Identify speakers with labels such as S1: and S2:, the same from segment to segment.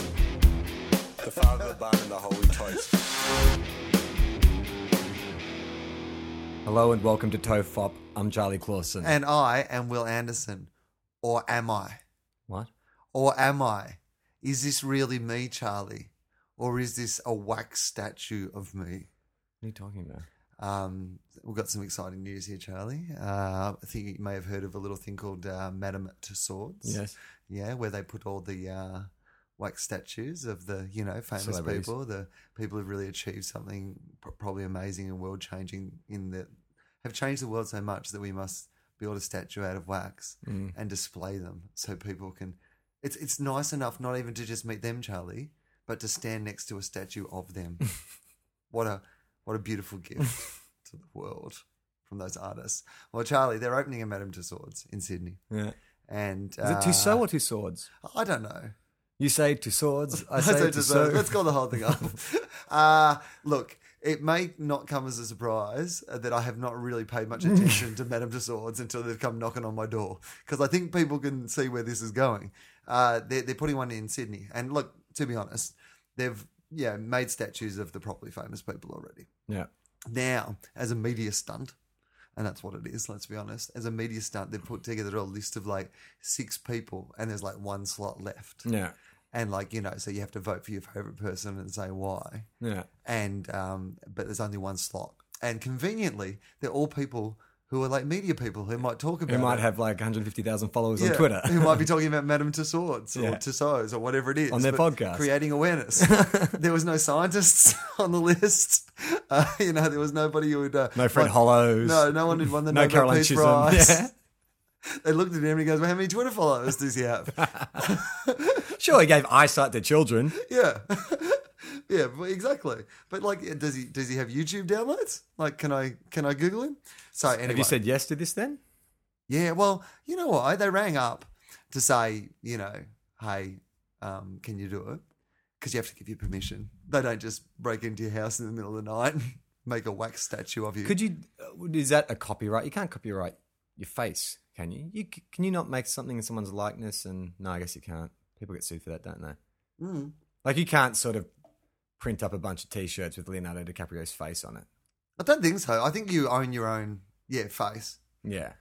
S1: The Father, the Son, and the Holy Toast.
S2: Hello and welcome to Tofop. I'm Charlie Clausen.
S3: And I am Will Anderson. Or am I?
S2: what?
S3: Or am I? Is this really me, Charlie? Or is this a wax statue of me?
S2: What are you talking about?
S3: Um, we've got some exciting news here, Charlie. Uh, I think you may have heard of a little thing called uh, Madame Tussauds.
S2: Yes.
S3: Yeah, where they put all the uh, wax statues of the, you know, famous
S2: Celebrities.
S3: people, the people who've really achieved something pr- probably amazing and world changing in the, have changed the world so much that we must build a statue out of wax
S2: Mm.
S3: and display them so people can. It's, it's nice enough not even to just meet them, Charlie, but to stand next to a statue of them. what a what a beautiful gift to the world from those artists. Well, Charlie, they're opening a Madame Tussauds in Sydney,
S2: Yeah.
S3: and uh,
S2: Is it Tussaud or two swords?
S3: I don't know.
S2: You say two swords. I
S3: I
S2: say
S3: say
S2: Tussaud.
S3: Tussauds. Let's call the whole thing up. uh, look, it may not come as a surprise uh, that I have not really paid much attention to Madame Tussauds until they've come knocking on my door because I think people can see where this is going. Uh, they're, they're putting one in Sydney, and look, to be honest, they've yeah made statues of the properly famous people already.
S2: Yeah.
S3: Now, as a media stunt, and that's what it is, let's be honest, as a media stunt, they've put together a list of like six people and there's like one slot left.
S2: Yeah.
S3: And like, you know, so you have to vote for your favorite person and say why.
S2: Yeah.
S3: And, um, but there's only one slot. And conveniently, they're all people who are like media people who might talk about
S2: Who might
S3: it.
S2: have like 150,000 followers on
S3: Yeah,
S2: Twitter.
S3: who might be talking about Madame Tussauds or
S2: Yeah.
S3: Tussauds or whatever it is
S2: On their
S3: but
S2: podcast.
S3: creating awareness. there was no scientists on the list. Uh, you know, there was nobody who would uh,
S2: No Fred
S3: won-
S2: Hollows.
S3: No, no one who'd won the
S2: No
S3: Nobel
S2: Caroline
S3: Peace
S2: Chisholm.
S3: Prize.
S2: Yeah.
S3: They looked at him and he goes, "Well, how many Twitter followers does he have?"
S2: Sure, he gave eyesight to children.
S3: yeah, yeah, but exactly. But like, does he does he have YouTube downloads? Like, can I can I Google him? So anyway,
S2: Have you said yes to this then?
S3: Yeah, well, you know why? They rang up to say, you know, hey, um, can you do it? Because you have to give your permission. They don't just break into your house in the middle of the night and make a wax statue of you.
S2: Could you? uh, Is that a copyright? You can't copyright your face, can you? You c- can you not make something in someone's likeness? And no, I guess you can't. People get sued for that, don't they?
S3: Mm.
S2: Like you can't sort of print up a bunch of T-shirts with Leonardo DiCaprio's face on it.
S3: I don't think so. I think you own your own, yeah, face.
S2: Yeah.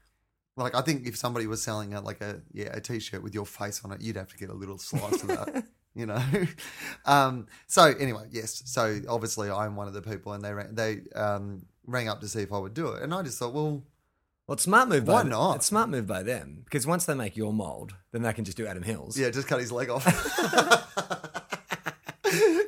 S3: Like, I think if somebody was selling a, like a yeah a t-shirt with your face on it, you'd have to get a little slice of that, you know. Um, so anyway, yes. So obviously, I'm one of the people, and they rang, they um, rang up to see if I would do it, and I just thought, well,
S2: Well, it's smart move.
S3: Why
S2: by
S3: not?
S2: It's smart move by them because once they make your mold, then they can just do Adam Hills.
S3: Yeah, just cut his leg off.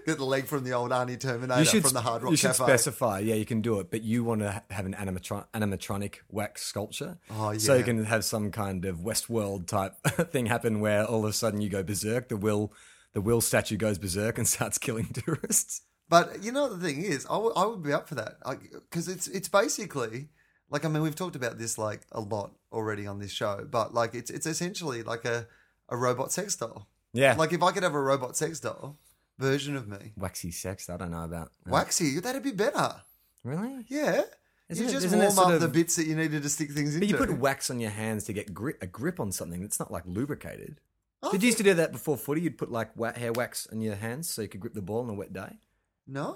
S3: Get the leg from the old Arnie Terminator from the
S2: sp-
S3: Hard Rock
S2: you should
S3: Cafe.
S2: specify. Yeah, you can do it, but you want to ha- have an animatron- animatronic wax sculpture.
S3: Oh,
S2: So you
S3: yeah.
S2: can have some kind of Westworld type thing happen where all of a sudden you go berserk. The will, the will statue goes berserk and starts killing tourists.
S3: but you know the thing is, I would- I would be up for that because it's it's basically like I mean we've talked about this like a lot already on this show, but like it's it's essentially like a a robot sex doll.
S2: Yeah,
S3: Like if I could have a robot sex doll version of me,
S2: waxy sex. I don't know about that.
S3: waxy, that'd be better.
S2: Really?
S3: Yeah,
S2: Isn't it-
S3: you just
S2: isn't it
S3: warm
S2: sort
S3: up
S2: of-
S3: the bits that you needed to stick things into.
S2: But you put wax on your hands to get grip, a grip on something that's not like lubricated.
S3: I
S2: Did you used to do that before footy? You'd put like wa hair wax on your hands so you could grip the ball on a wet day.
S3: no.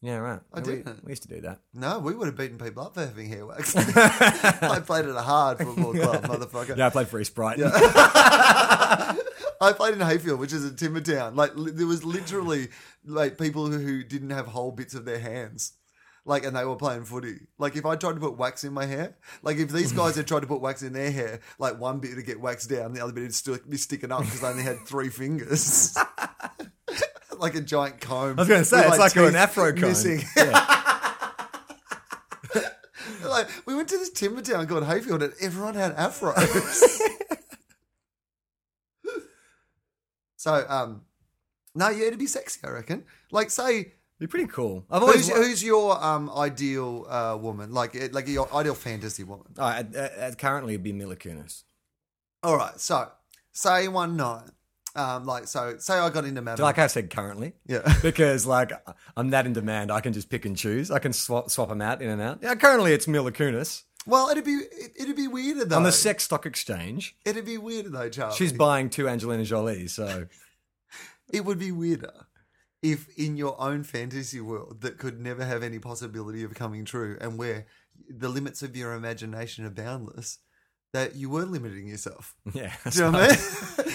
S2: Yeah, right.
S3: I
S2: we- We,
S3: didn't.
S2: used to do that.
S3: No, we would have beaten people up for having hair wax. I played at a hard football club, motherfucker.
S2: Yeah, I played for East Brighton.
S3: I played in Hayfield, which is a timber town. Like li- there was literally like people who, who didn't have whole bits of their hands. Like and they were playing footy. Like if I tried to put wax in my hair, like if these guys had tried to put wax in their hair, like one bit would get waxed down, the other bit would still be sticking up because I only had three fingers. like a giant comb.
S2: I was going to say,
S3: with,
S2: it's like, an
S3: teeth
S2: afro cone.
S3: missing.
S2: Yeah.
S3: went to this timber town called Hayfield and everyone had afros. so, um, no, yeah, it'd be sexy, I reckon. Like, say,
S2: You're pretty cool. I've always.
S3: who's, who's your um, ideal uh, woman? Like, eh, like your ideal fantasy woman?
S2: All right, uh, uh, currently, it'd be Mila Kunis.
S3: All right, so say one night, um, like so, say I got into Madame.
S2: Like I said, currently.
S3: yeah,
S2: Because like I'm that in demand, I can just pick and choose. I can swap swap them out in and out. Yeah, currently it's Mila Kunis
S3: well, it'd be it, it'd be weirder though.
S2: on the sex stock exchange.
S3: it'd be weirder though, Charlie.
S2: She's buying two Angelina Jolie, so
S3: it would be weirder if in your own fantasy world that could never have any possibility of coming true, and where the limits of your imagination are boundless, that you were limiting yourself.
S2: yeah.
S3: Do you know what I mean?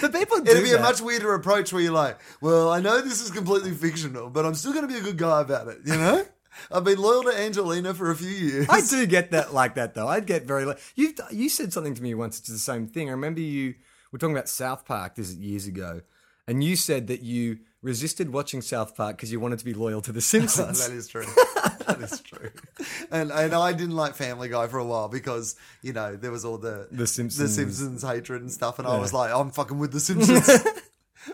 S2: But people do
S3: It'd be
S2: that.
S3: a much weirder approach where you're like, well, I know this is completely fictional, but I'm still going to be a good guy about it, you know? I've been loyal to Angelina for a few years.
S2: I do get that like that though. I'd get very. Li- you you said something to me once. It's the same thing. I remember you were talking about South Park this is years ago, and you said that you resisted watching South Park because you wanted to be loyal to The Simpsons.
S3: That is true. that is true. And and I didn't like Family Guy for a while because you know there was all the
S2: The Simpsons.
S3: Simpsons hatred and stuff, and I was like, I'm fucking with the Simpsons.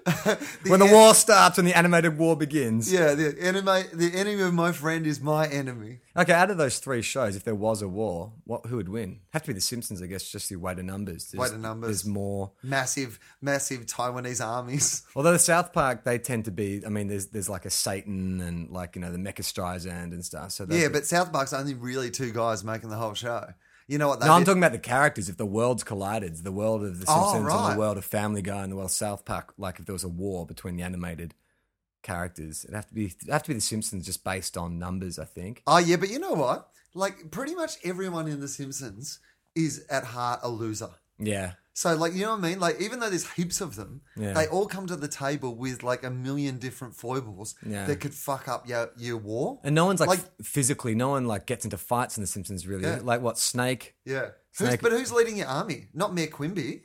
S3: The
S2: when the
S3: en-
S2: war starts and the animated war begins.
S3: yeah, the enemy, the enemy of my friend is my enemy.
S2: Okay, out of those three shows, if there was a war, what who would win? Have to be The Simpsons, I guess, just the weight of numbers. There's,
S3: Weight of numbers.
S2: There's more.
S3: Massive, massive Taiwanese armies.
S2: Although the South Park, they tend to be. I mean, there's there's like a Satan and like you know the Mecha Streisand and stuff. So they-
S3: Yeah, but South Park's only really two guys making the whole show. You know what? They
S2: No, I'm
S3: did?
S2: talking about the characters. If the worlds collided, the world of The Simpsons
S3: Oh,
S2: and
S3: right.
S2: the world of Family Guy and the world of South Park, like if there was a war between the animated characters, it'd have to be it'd have to be The Simpsons just based on numbers, I think.
S3: Oh yeah, but you know what? Like pretty much everyone in The Simpsons is at heart a loser.
S2: Yeah.
S3: So like you know what I mean? Like even though there's heaps of them,
S2: Yeah.
S3: they all come to the table with like a million different foibles
S2: Yeah.
S3: that could fuck up your your war.
S2: And no one's like,
S3: Like-
S2: f- physically, no one like gets into fights in The Simpsons really.
S3: Yeah.
S2: Like what Snake?
S3: yeah. Who's,
S2: Snake-
S3: but who's leading your army? Not Mayor Quimby.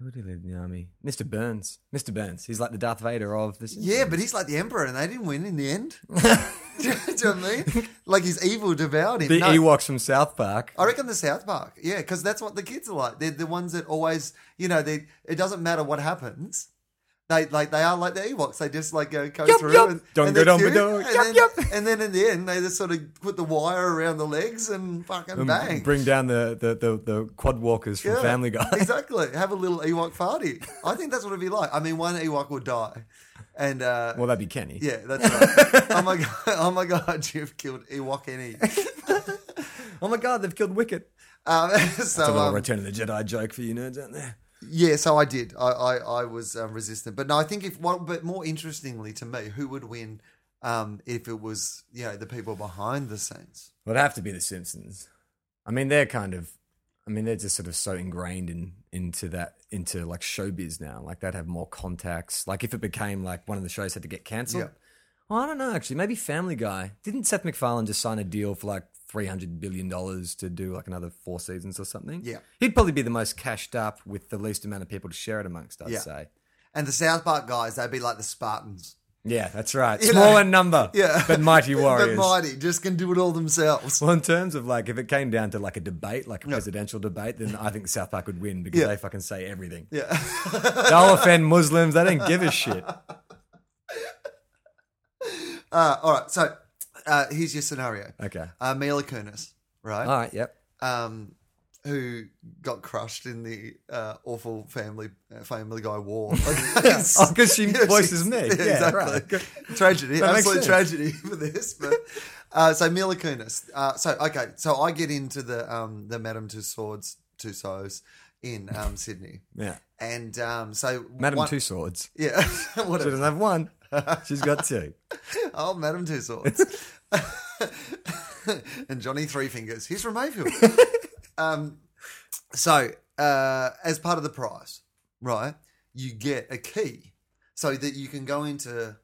S2: Who did he lead in the army? Mr. Burns. Mr. Burns. He's like the Darth Vader of The Simpsons.
S3: Yeah, but he's like the emperor, and they didn't win in the end. Do you know what I mean? Like he's evil devoured him.
S2: the E
S3: No. Oh,
S2: Ewoks from South Park.
S3: I reckon the South Park, yeah, because that's what the kids are like. They're the ones that always, you know, they it doesn't matter what happens. They like they are like the Ewoks. They just like go, go
S2: Yup,
S3: through
S2: yup.
S3: and,
S2: Don't
S3: and
S2: go
S3: they're
S2: down the
S3: cute,
S2: door.
S3: And,
S2: Yup,
S3: then,
S2: yup.
S3: and then in the end, they just sort of put the wire around the legs and fucking
S2: And
S3: bang.
S2: Um, Bring down the, the, the, the quad walkers from
S3: Yeah,
S2: Family Guy.
S3: exactly. Have a little Ewok party. I think that's what it'd be like. I mean, one Ewok will die, and uh,
S2: well, that'd be Kenny.
S3: yeah, that's right. oh my god, oh my god, you've killed Ewok any.
S2: Oh my god, they've killed Wicket.
S3: Um,
S2: That's a
S3: so
S2: little
S3: um,
S2: Return of the Jedi joke for you nerds out there.
S3: Yeah, so I did. I I, I was um, resistant, but no, I think if what, but more interestingly to me, who would win um, if it was you know the people behind the scenes?
S2: Well, it'd have to be The Simpsons. I mean, they're kind of, I mean, they're just sort of so ingrained in into that into like showbiz now. Like they'd have more contacts. Like if it became like one of the shows had to get cancelled.
S3: Yeah.
S2: Well, I don't know actually. Maybe Family Guy didn't Seth MacFarlane just sign a deal for like three hundred billion dollars to do like another four seasons or something?
S3: Yeah.
S2: he'd probably be the most cashed up with the least amount of people to share it amongst. I'd
S3: Yeah.
S2: say.
S3: And the South Park guys, they'd be like the Spartans,
S2: Yeah, that's right.
S3: You
S2: Small
S3: know,
S2: in number,
S3: yeah,
S2: but mighty
S3: but
S2: warriors.
S3: mighty, just can do it all themselves.
S2: Well, in terms of like, if it came down to like a debate, like a
S3: Yeah.
S2: presidential debate, then I think South Park would win because
S3: Yeah.
S2: they fucking say everything.
S3: Yeah,
S2: They'll offend Muslims. They don't give a shit.
S3: uh, all right. So uh, here's your scenario:
S2: Okay. Ah.
S3: uh, Mila Kunis, right?
S2: All right. Yep.
S3: um, who got crushed in the uh, awful family uh, Family Guy war.
S2: Oh, 'cause she
S3: Yeah,
S2: voices
S3: she's-
S2: me. Yeah, right.
S3: Tragedy,
S2: That makes
S3: absolute
S2: sense.
S3: tragedy for this. But uh, so Mila Kunis. Uh, so okay, so I get into the um, the Madame Tussauds Tussauds in um, Sydney,
S2: Yeah.
S3: and um, so
S2: Madam
S3: one-
S2: Two Swords.
S3: Yeah,
S2: She
S3: whatever.
S2: doesn't have one. She's got two.
S3: Oh, Madame Tussauds. and Johnny Three Fingers. He's from Mayfield. um, so, uh, as part of the prize, right, you get a key so that you can go into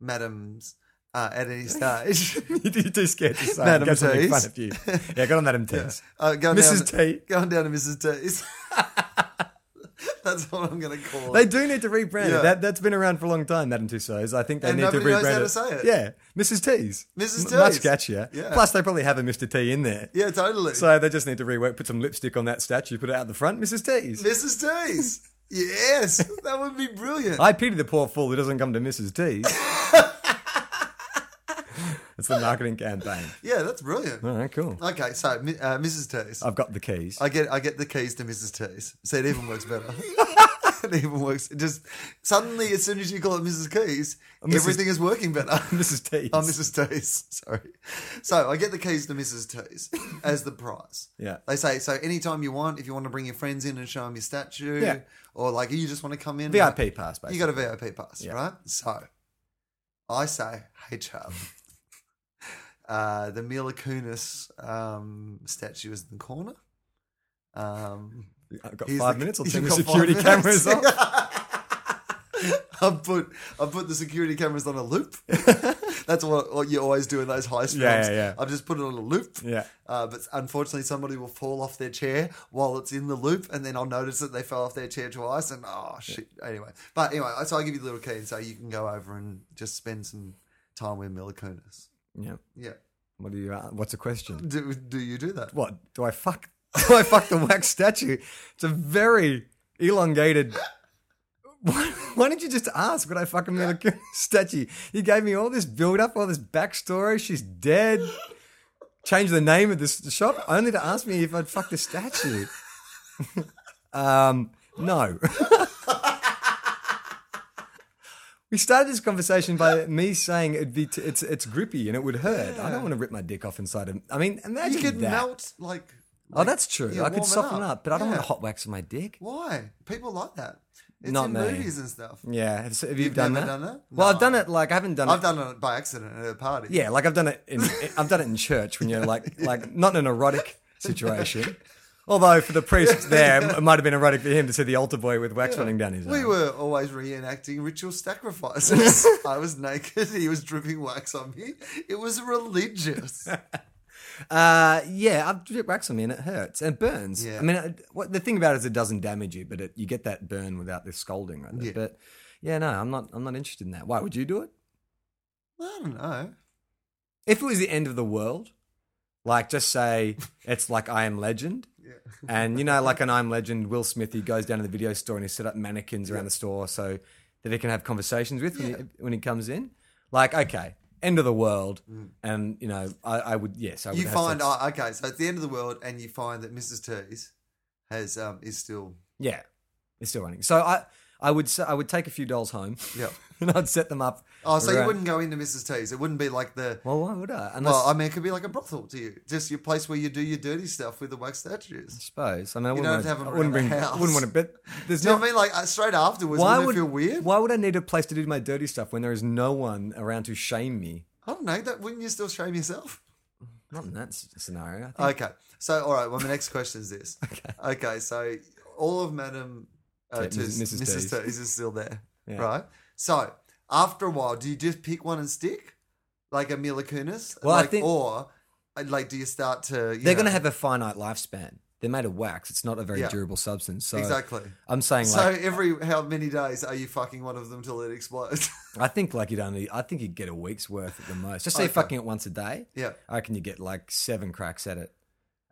S3: Madame's uh, at any stage.
S2: You're too scared to say.
S3: Madam
S2: Madam T's. Make fun
S3: T's.
S2: of you. Yeah, got on Madam T's.
S3: Uh, go
S2: Mrs.
S3: Down,
S2: T.
S3: Going down to Mrs. T's. That's what I'm going to call
S2: They
S3: it.
S2: do need to rebrand it.
S3: Yeah.
S2: That, that's been around for a long time, that and Tussauds. I think they
S3: And
S2: need to
S3: nobody knows
S2: rebrand
S3: how
S2: it.
S3: to say it.
S2: Yeah. Mrs. T's.
S3: Mrs.
S2: M- Much
S3: T's.
S2: catchier.
S3: Yeah.
S2: Plus, they probably have a Mr. T in there.
S3: Yeah, totally.
S2: So they just need to rework, put some lipstick on that statue, put it out the front, Mrs. T's.
S3: Mrs. T's. Yes, that would be brilliant.
S2: I pity the poor fool who doesn't come to Mrs. T's. That's the marketing campaign.
S3: yeah, that's brilliant.
S2: All right, cool.
S3: Okay, so mi- uh, Mrs. T's.
S2: I've got the keys.
S3: I get I get the keys to Mrs. T's. So it even works better. it even works. It just suddenly, as soon as you call it Mrs. Keys,
S2: Mrs.
S3: everything is working better.
S2: Mrs. T's.
S3: Oh, Mrs. T's. Sorry. So I get the keys to Mrs. T's as the prize.
S2: Yeah.
S3: They say so anytime you want. If you want to bring your friends in and show them your statue,
S2: Yeah.
S3: or like you just want to come in,
S2: VIP pass, basically.
S3: You got a VIP pass,
S2: Yeah.
S3: right? So I say, hey, Charlie. Uh, the Mila Kunis um, statue is in the corner. Um,
S2: I've got
S3: he's
S2: five
S3: the-
S2: minutes. I'll
S3: you've
S2: turn the
S3: got five
S2: security
S3: minutes.
S2: cameras off.
S3: I put I put the security cameras on a loop. That's what, what you always do in those heist films.
S2: Yeah, yeah, yeah.
S3: I've just put it on a loop.
S2: Yeah.
S3: Uh, but unfortunately, somebody will fall off their chair while it's in the loop, and then I'll notice that they fell off their chair twice, and oh shit. Anyway, but anyway, so I give you the little key, and so you can go over and just spend some time with Mila Kunis.
S2: Yeah.
S3: Yeah.
S2: What do you? Uh, what's the question?
S3: Do do you do that?
S2: What do I fuck? Do I fuck the wax statue? It's a very elongated. Why, why didn't you just ask? Would I fuck a Mila Kunis statue? You gave me all this build up, all this backstory. She's dead. Change the name of this shop only to ask me if I'd fuck the statue. um, no. We started this conversation by me saying it'd be t- it's it's grippy and it would hurt. I don't want to rip my dick off inside of. I mean, imagine
S3: You could
S2: that.
S3: melt like.
S2: Oh, that's true.
S3: yeah,
S2: I could
S3: warm it
S2: soften
S3: up.
S2: up, but I don't
S3: Yeah.
S2: want hot wax on my dick.
S3: Why? People like that. It's
S2: Not
S3: in
S2: me.
S3: movies and stuff.
S2: Yeah, have, have you
S3: You've
S2: done,
S3: never
S2: that?
S3: done that?
S2: Well, I've
S3: No.
S2: done it. Like I haven't done
S3: I've
S2: it.
S3: done it by accident at a party.
S2: yeah, like I've done it. In, I've done it in church when you're like, like not in an erotic situation. Although for the priest there, it might have been erotic for him to see the altar boy with wax running down his.
S3: We
S2: arm.
S3: were always reenacting ritual sacrifices. I was naked. He was dripping wax on me. It was religious.
S2: Uh, yeah, I've dripped wax on me and it hurts and it burns.
S3: Yeah.
S2: I mean, I, what the thing about it is it doesn't damage you, but it, you get that burn without the scalding. Right?
S3: Yeah.
S2: But yeah, no, I'm not. I'm not interested in that. Why would you do it?
S3: I don't know.
S2: if it was the end of the world, like just say it's like I Am Legend, and you know, like an I'm Legend, Will Smith, he goes down to the video store and he set up mannequins around the store so that he can have conversations with when, he, when he comes in. Like, okay, end of the world, and you know, I, I would yes, I would
S3: Mm. You
S2: have
S3: find
S2: sex.
S3: oh, okay. So it's the end of the world, and you find that Mrs. T's has um, is still
S2: yeah, it's still running. So I. I would say, I would take a few dolls home,
S3: Yep.
S2: and I'd set them up.
S3: Oh, so you
S2: around-
S3: wouldn't go into Mrs. T's. It wouldn't be like the.
S2: Well, why would I? Unless,
S3: Well, I mean, it could be like a brothel to you, just your place where you do your dirty stuff with the wax
S2: I
S3: statues.
S2: suppose. I mean, I wouldn't
S3: don't
S2: want
S3: have to have them
S2: I wouldn't
S3: around
S2: bring.
S3: the
S2: I
S3: house.
S2: wouldn't want to. But there's
S3: Do you
S2: no.
S3: know what I mean? Like uh, straight afterwards,
S2: why
S3: wouldn't
S2: would
S3: it feel weird?
S2: Why would I need a place to do my dirty stuff when there is no one around to shame me?
S3: I don't know. That, wouldn't you still shame yourself?
S2: Not in that s- scenario. I think-
S3: Okay. So, all right. Well, my next question is this. okay. So, all of Madam uh,
S2: Yeah,
S3: T's-
S2: Mrs.
S3: Mrs. T's.
S2: T's.
S3: is still there,
S2: Yeah.
S3: right? So, after a while, do you just pick one and stick, like a Mila Kunis?
S2: Well, I
S3: like,
S2: think-
S3: or uh, like, do you start to? You
S2: They're going
S3: to
S2: to have a finite lifespan. They're made of wax. It's not a very
S3: Yeah.
S2: durable substance. So
S3: exactly.
S2: I'm saying
S3: So,
S2: like
S3: every how many days are you fucking one of them till it explodes?
S2: I think like you'd only I think you'd get a week's worth at the most. Just say
S3: Okay.
S2: fucking it once a day.
S3: yeah.
S2: I reckon you get like seven cracks at it.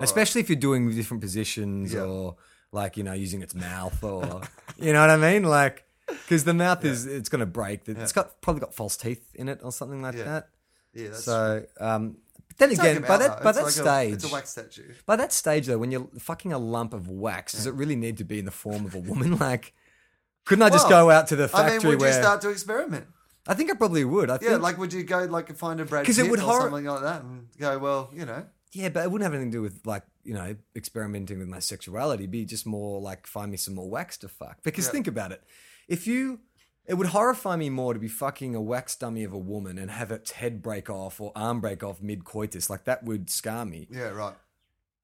S2: Especially if you're doing different positions
S3: Yeah.
S2: or like, you know, using its mouth or, you know what I mean? Like, because the mouth is, it's going to break. It's got probably got false teeth in it or something like
S3: Yeah.
S2: that.
S3: Yeah. That's
S2: so, um, but then
S3: Take
S2: again,
S3: them
S2: by
S3: out,
S2: that,
S3: though.
S2: by
S3: It's
S2: that
S3: like
S2: stage,
S3: a, it's a wax statue.
S2: by that stage though, when you're fucking a lump of wax, does it really need to be in the form of a woman? Like, couldn't I just
S3: Well,
S2: go out to the factory
S3: I mean, would
S2: where
S3: you start to experiment?
S2: I think I probably would. I
S3: Yeah,
S2: think,
S3: like would you go like find a Brad
S2: 'Cause
S3: Pitt
S2: it would
S3: or
S2: horror-
S3: something like that and go, well, you know,
S2: Yeah, but it wouldn't have anything to do with like you know experimenting with my sexuality. It'd be just more like find me some more wax to fuck. Because
S3: Yeah.
S2: think about it, if you, it would horrify me more to be fucking a wax dummy of a woman and have its head break off or arm break off mid coitus. Like that would scar me,
S3: yeah, right.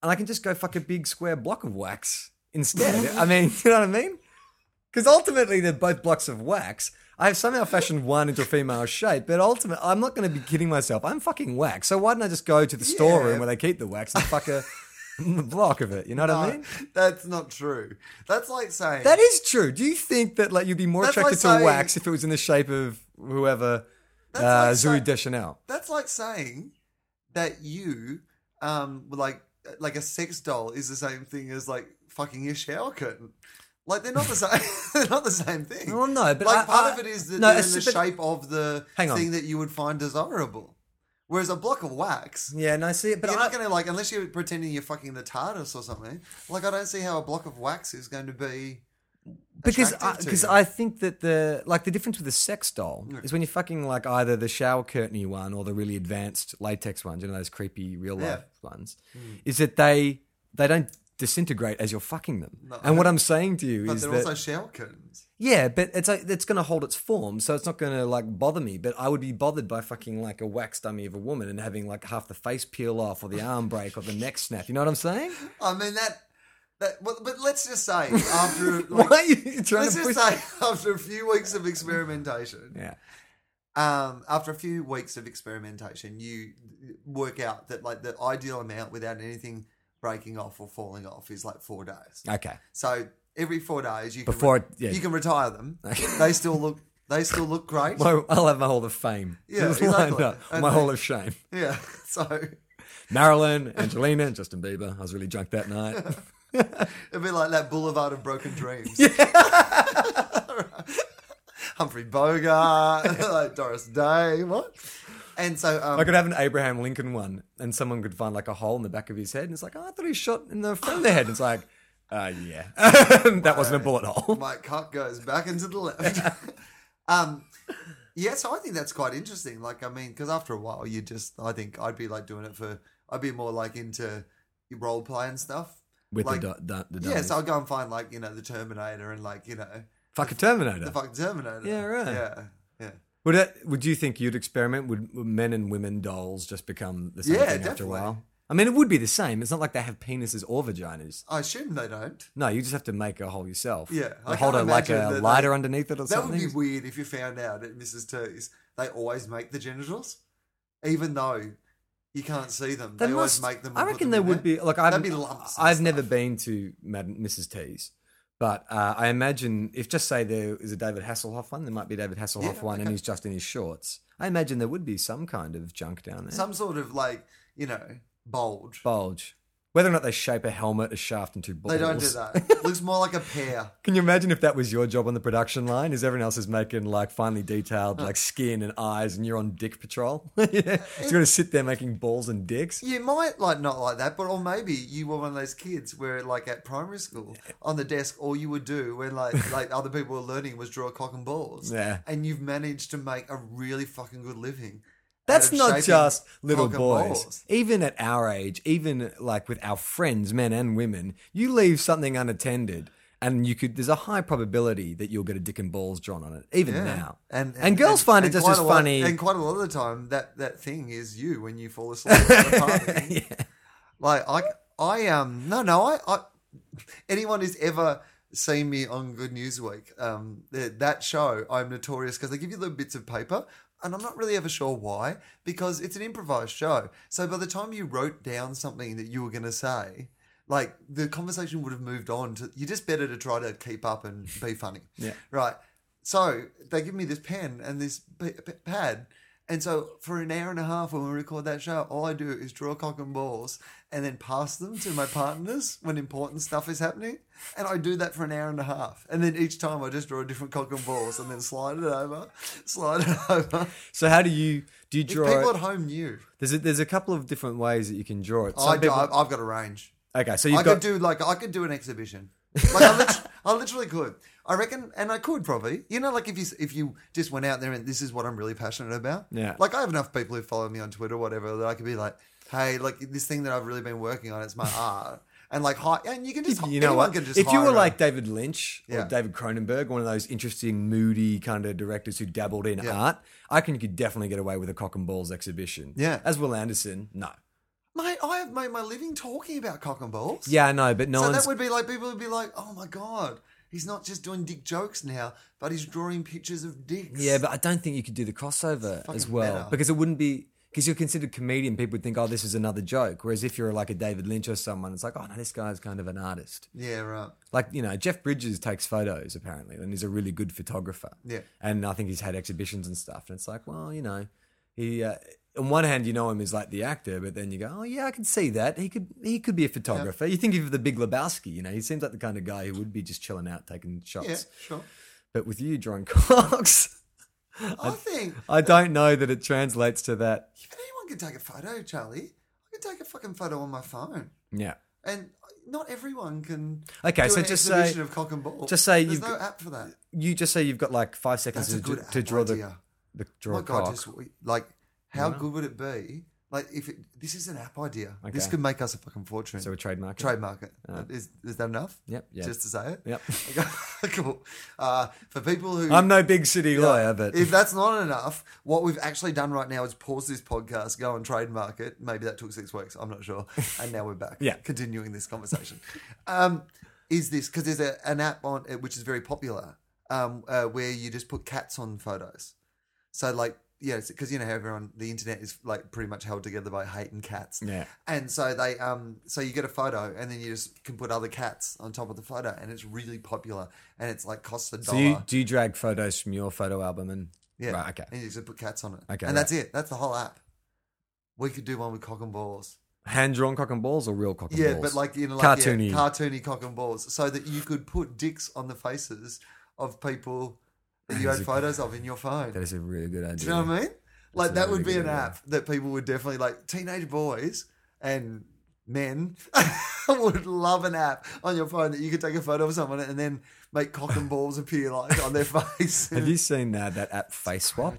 S2: and I can just go fuck a big square block of wax instead. I mean, you know what I mean? Because ultimately they're both blocks of wax. I have somehow fashioned one into a female shape, but ultimately, I'm not going to be kidding myself. I'm fucking wax. So why didn't I just go to the storeroom
S3: Yeah.
S2: where they keep the wax and fuck a in the block of it. You know what I
S3: No,
S2: mean?
S3: That's not true. That's like saying
S2: That is true. Do you think that like you'd be more
S3: That's
S2: attracted to
S3: like saying-
S2: wax if it was in the shape of whoever uh,
S3: That's like
S2: Zooey
S3: say-
S2: Deschanel?
S3: that's like saying that you um like like a sex doll is the same thing as like fucking your shower curtain. Like they're not the same. they're not the same thing.
S2: Well, no, but
S3: like
S2: I-
S3: part
S2: I-
S3: of it is that
S2: no,
S3: they're in the
S2: it's- but-
S3: shape of the
S2: Hang on.
S3: thing that you would find desirable. Whereas a block of wax,
S2: Yeah, no, see, but
S3: you're
S2: I,
S3: not going to like unless you're pretending you're fucking the TARDIS or something. Like I don't see how a block of wax is going to be
S2: because
S3: attractive to
S2: because
S3: you.
S2: I, think that the like the difference with the sex doll is when you're fucking like either the shower curtainy one or the really advanced latex ones, you know those creepy real
S3: Yeah. Mm.
S2: life ones, is that they they don't disintegrate as you're fucking them.
S3: No, I
S2: and what
S3: don't-
S2: I'm saying to you
S3: But
S2: is
S3: they're
S2: that
S3: also shower curtains.
S2: yeah, but it's like, it's going to hold its form, so it's not going to like bother me. But I would be bothered by fucking like a wax dummy of a woman and having like half the face peel off or the arm break or the neck snap. You know what I'm saying?
S3: I mean that. That, well, but let's just say after
S2: Why
S3: like,
S2: are you trying
S3: Let's
S2: to
S3: just
S2: push?
S3: say after a few weeks of experimentation,
S2: Yeah.
S3: um, after a few weeks of experimentation, you work out that like the ideal amount without anything breaking off or falling off is like four days.
S2: Okay.
S3: So every four days, you
S2: Ah. Before
S3: can
S2: it- yeah.
S3: you can retire them.
S2: Okay.
S3: They still look they still look great.
S2: My, I'll have my hall of fame.
S3: Yeah,
S2: Just lined
S3: exactly.
S2: up.
S3: And
S2: My
S3: they-
S2: hall of shame.
S3: yeah. So
S2: Marilyn, Angelina, Justin Bieber. I was really drunk that night.
S3: it'd be like that Boulevard of Broken Dreams. Humphrey Bogart, like Doris Day, what? And so um,
S2: I could have an Abraham Lincoln one, and someone could find like a hole in the back of his head, and it's like, oh, I thought he shot in the front of the head. It's like, uh, yeah, that wasn't a bullet hole.
S3: my cock goes back into the left. um, yeah, so I think that's quite interesting. Like, I mean, because after a while, you just, I think I'd be like doing it for, I'd be more like into role play and stuff.
S2: With
S3: like,
S2: the, du- du- the
S3: yeah,
S2: dummies.
S3: so I'll go and find like you know the Terminator and like you know
S2: fuck a Terminator.
S3: the fucking Terminator.
S2: Yeah, right.
S3: Yeah, yeah,
S2: Would that, would you think you'd experiment? Would would men and women dolls just become the same
S3: Yeah,
S2: thing after a
S3: definitely.
S2: while? I mean, it would be the same. It's not like they have penises or vaginas.
S3: I assume they don't.
S2: No, you just have to make a hole yourself.
S3: Yeah,
S2: Or
S3: I
S2: hold a
S3: can't
S2: like
S3: imagine
S2: a
S3: that
S2: lighter
S3: they-
S2: underneath it or
S3: That would
S2: something.
S3: be weird if you found out at Mrs. T's they always make the genitals, even though you can't see them. They, always make them. and
S2: I
S3: put
S2: reckon
S3: them
S2: there
S3: in
S2: would
S3: there.
S2: be like I've
S3: That'd be lumps and
S2: I've
S3: stuff.
S2: never been to Madam Mrs. T's, but uh, I imagine if just say there is a David Hasselhoff one, there might be a David Hasselhoff
S3: Yeah,
S2: one, and
S3: okay.
S2: he's just in his shorts. I imagine there would be some kind of junk down there,
S3: some sort of like you know bulge.
S2: bulge. Whether or not they shape a helmet, a shaft, and two balls.
S3: They don't do that. Looks more like a pear.
S2: Can you imagine if that was your job on the production line? Is everyone else is making like finely detailed like skin and eyes, and you're on dick patrol? yeah, it's going to sit there making balls and dicks.
S3: You might like not like that, but or maybe you were one of those kids where like at primary school on the desk, all you would do when like like other people were learning was draw cock and balls.
S2: Yeah.
S3: and you've managed to make a really fucking good living. out
S2: That's
S3: of
S2: not
S3: shaping
S2: just little
S3: cock and
S2: boys.
S3: balls.
S2: Even at our age, even like with our friends, men and women, you leave something unattended and you could there's a high probability that you'll get a dick and balls drawn on it, even
S3: Yeah.
S2: now. girls find
S3: and
S2: it just
S3: quite
S2: as
S3: a lot-
S2: funny.
S3: and quite a lot of the time, that that thing is you when you fall asleep. at a party. Like I, I um no no I, I anyone who's ever seen me on Good News Week um th- that show I'm notorious because they give you little bits of paper and I'm not really ever sure why because it's an improvised show so by the time you wrote down something that you were gonna say like the conversation would have moved on to you just better to try to keep up and be funny
S2: Yeah.
S3: right so they give me this pen and this p- p- pad. And so for an hour and a half when we record that show, all I do is draw cock and balls and then pass them to my partners when important stuff is happening. And I do that for an hour and a half. And then each time I just draw a different cock and balls and then slide it over, slide it over.
S2: So how do you do you
S3: If
S2: draw
S3: people
S2: it?
S3: at home knew,
S2: There's a, there's a couple of different ways that you can draw it. Some
S3: I,
S2: people-
S3: I've got a range.
S2: okay, so you've
S3: I
S2: got
S3: could do like I could do an exhibition. Like I, lit- I literally could. I reckon, and I could probably. You know, like if you if you just went out there and this is what I'm really passionate about.
S2: Yeah.
S3: Like I have enough people who follow me on Twitter, or whatever, that I could be like, hey, like this thing that I've really been working on, it's my art, and like hi, and you can just
S2: you know
S3: anyone
S2: what?
S3: Can just
S2: If you
S3: hire
S2: were
S3: a-
S2: like David Lynch or
S3: Yeah.
S2: David Cronenberg, one of those interesting, moody kind of directors who dabbled in art, I can you could definitely get away with a cock and balls exhibition.
S3: Yeah.
S2: As Will Anderson, no.
S3: mate, I have made my living talking about cock and balls.
S2: Yeah, I know, but no
S3: so
S2: one's.
S3: that would be like people would be like, oh my god, he's not just doing dick jokes now, but he's drawing pictures of dicks.
S2: yeah, but I don't think you could do the crossover as
S3: fucking
S2: well
S3: meta.
S2: because it wouldn't be. because you're considered comedian, people would think, oh, this is another joke. Whereas if you're like a David Lynch or someone, it's like, oh no, this guy's kind of an artist.
S3: Yeah, right.
S2: Like you know, Jeff Bridges takes photos apparently, and is a really good photographer.
S3: Yeah.
S2: and I think he's had exhibitions and stuff. And it's like, well, you know, he. Uh, on one hand, you know him as like the actor, but then you go, oh yeah, I can see that he could he could be a photographer. You think of the Big Lebowski, you know, he seems like the kind of guy who would be just chilling out taking shots.
S3: Yeah, sure.
S2: But with you drawing cocks,
S3: I think
S2: I don't know that it translates to that.
S3: if anyone can take a photo, Charlie, I can take a fucking photo on my phone,
S2: Yeah.
S3: and not everyone can.
S2: Okay,
S3: do
S2: so
S3: an
S2: just
S3: exhibition
S2: say-
S3: of cock and ball.
S2: just say
S3: there's
S2: you've
S3: no
S2: g-
S3: app for that.
S2: You just say you've got like five seconds
S3: That's a
S2: to,
S3: good
S2: to draw
S3: idea.
S2: the the draw
S3: My
S2: a
S3: God,
S2: cock.
S3: just like how good would it be? Like if it, this is an app idea, this
S2: Okay.
S3: could make us a fucking fortune.
S2: so a trademark. it?
S3: trademark it. Is is that enough?
S2: Yep, yeah.
S3: Just to say it.
S2: Yep.
S3: cool. Uh, for people who
S2: I'm no big city lawyer, but
S3: if that's not enough, what we've actually done right now is pause this podcast, go and trademark it. Maybe that took six weeks. I'm not sure. And now we're back.
S2: Yeah.
S3: Continuing this conversation. um, is this because there's a, an app on it which is very popular um, uh, where you just put cats on photos. So, like, yeah, because you know how everyone, the internet is like pretty much held together by hate and cats.
S2: Yeah.
S3: And so they, um, so you get a photo and then you just can put other cats on top of the photo and it's really popular and it's like costs a
S2: so
S3: dollar.
S2: you do you drag photos from your photo album and
S3: Yeah.
S2: right, okay.
S3: And you just put cats on it.
S2: Okay,
S3: And that's it. That's the whole app. We could do one with cock and balls.
S2: Hand drawn cock and balls or real cock and
S3: yeah,
S2: balls?
S3: but like in like yeah,
S2: cartoony.
S3: cartoony cock and balls, so that you could put dicks on the faces of people that you had photos of in your phone.
S2: that is a really good idea.
S3: Do you know what I mean? Like
S2: a
S3: that
S2: really
S3: would be
S2: good
S3: an
S2: idea.
S3: app that people would definitely like. Teenage boys and men would love an app on your phone that you could take a photo of someone and then make cock and balls appear like on their face.
S2: Have you seen now that app Face Swap?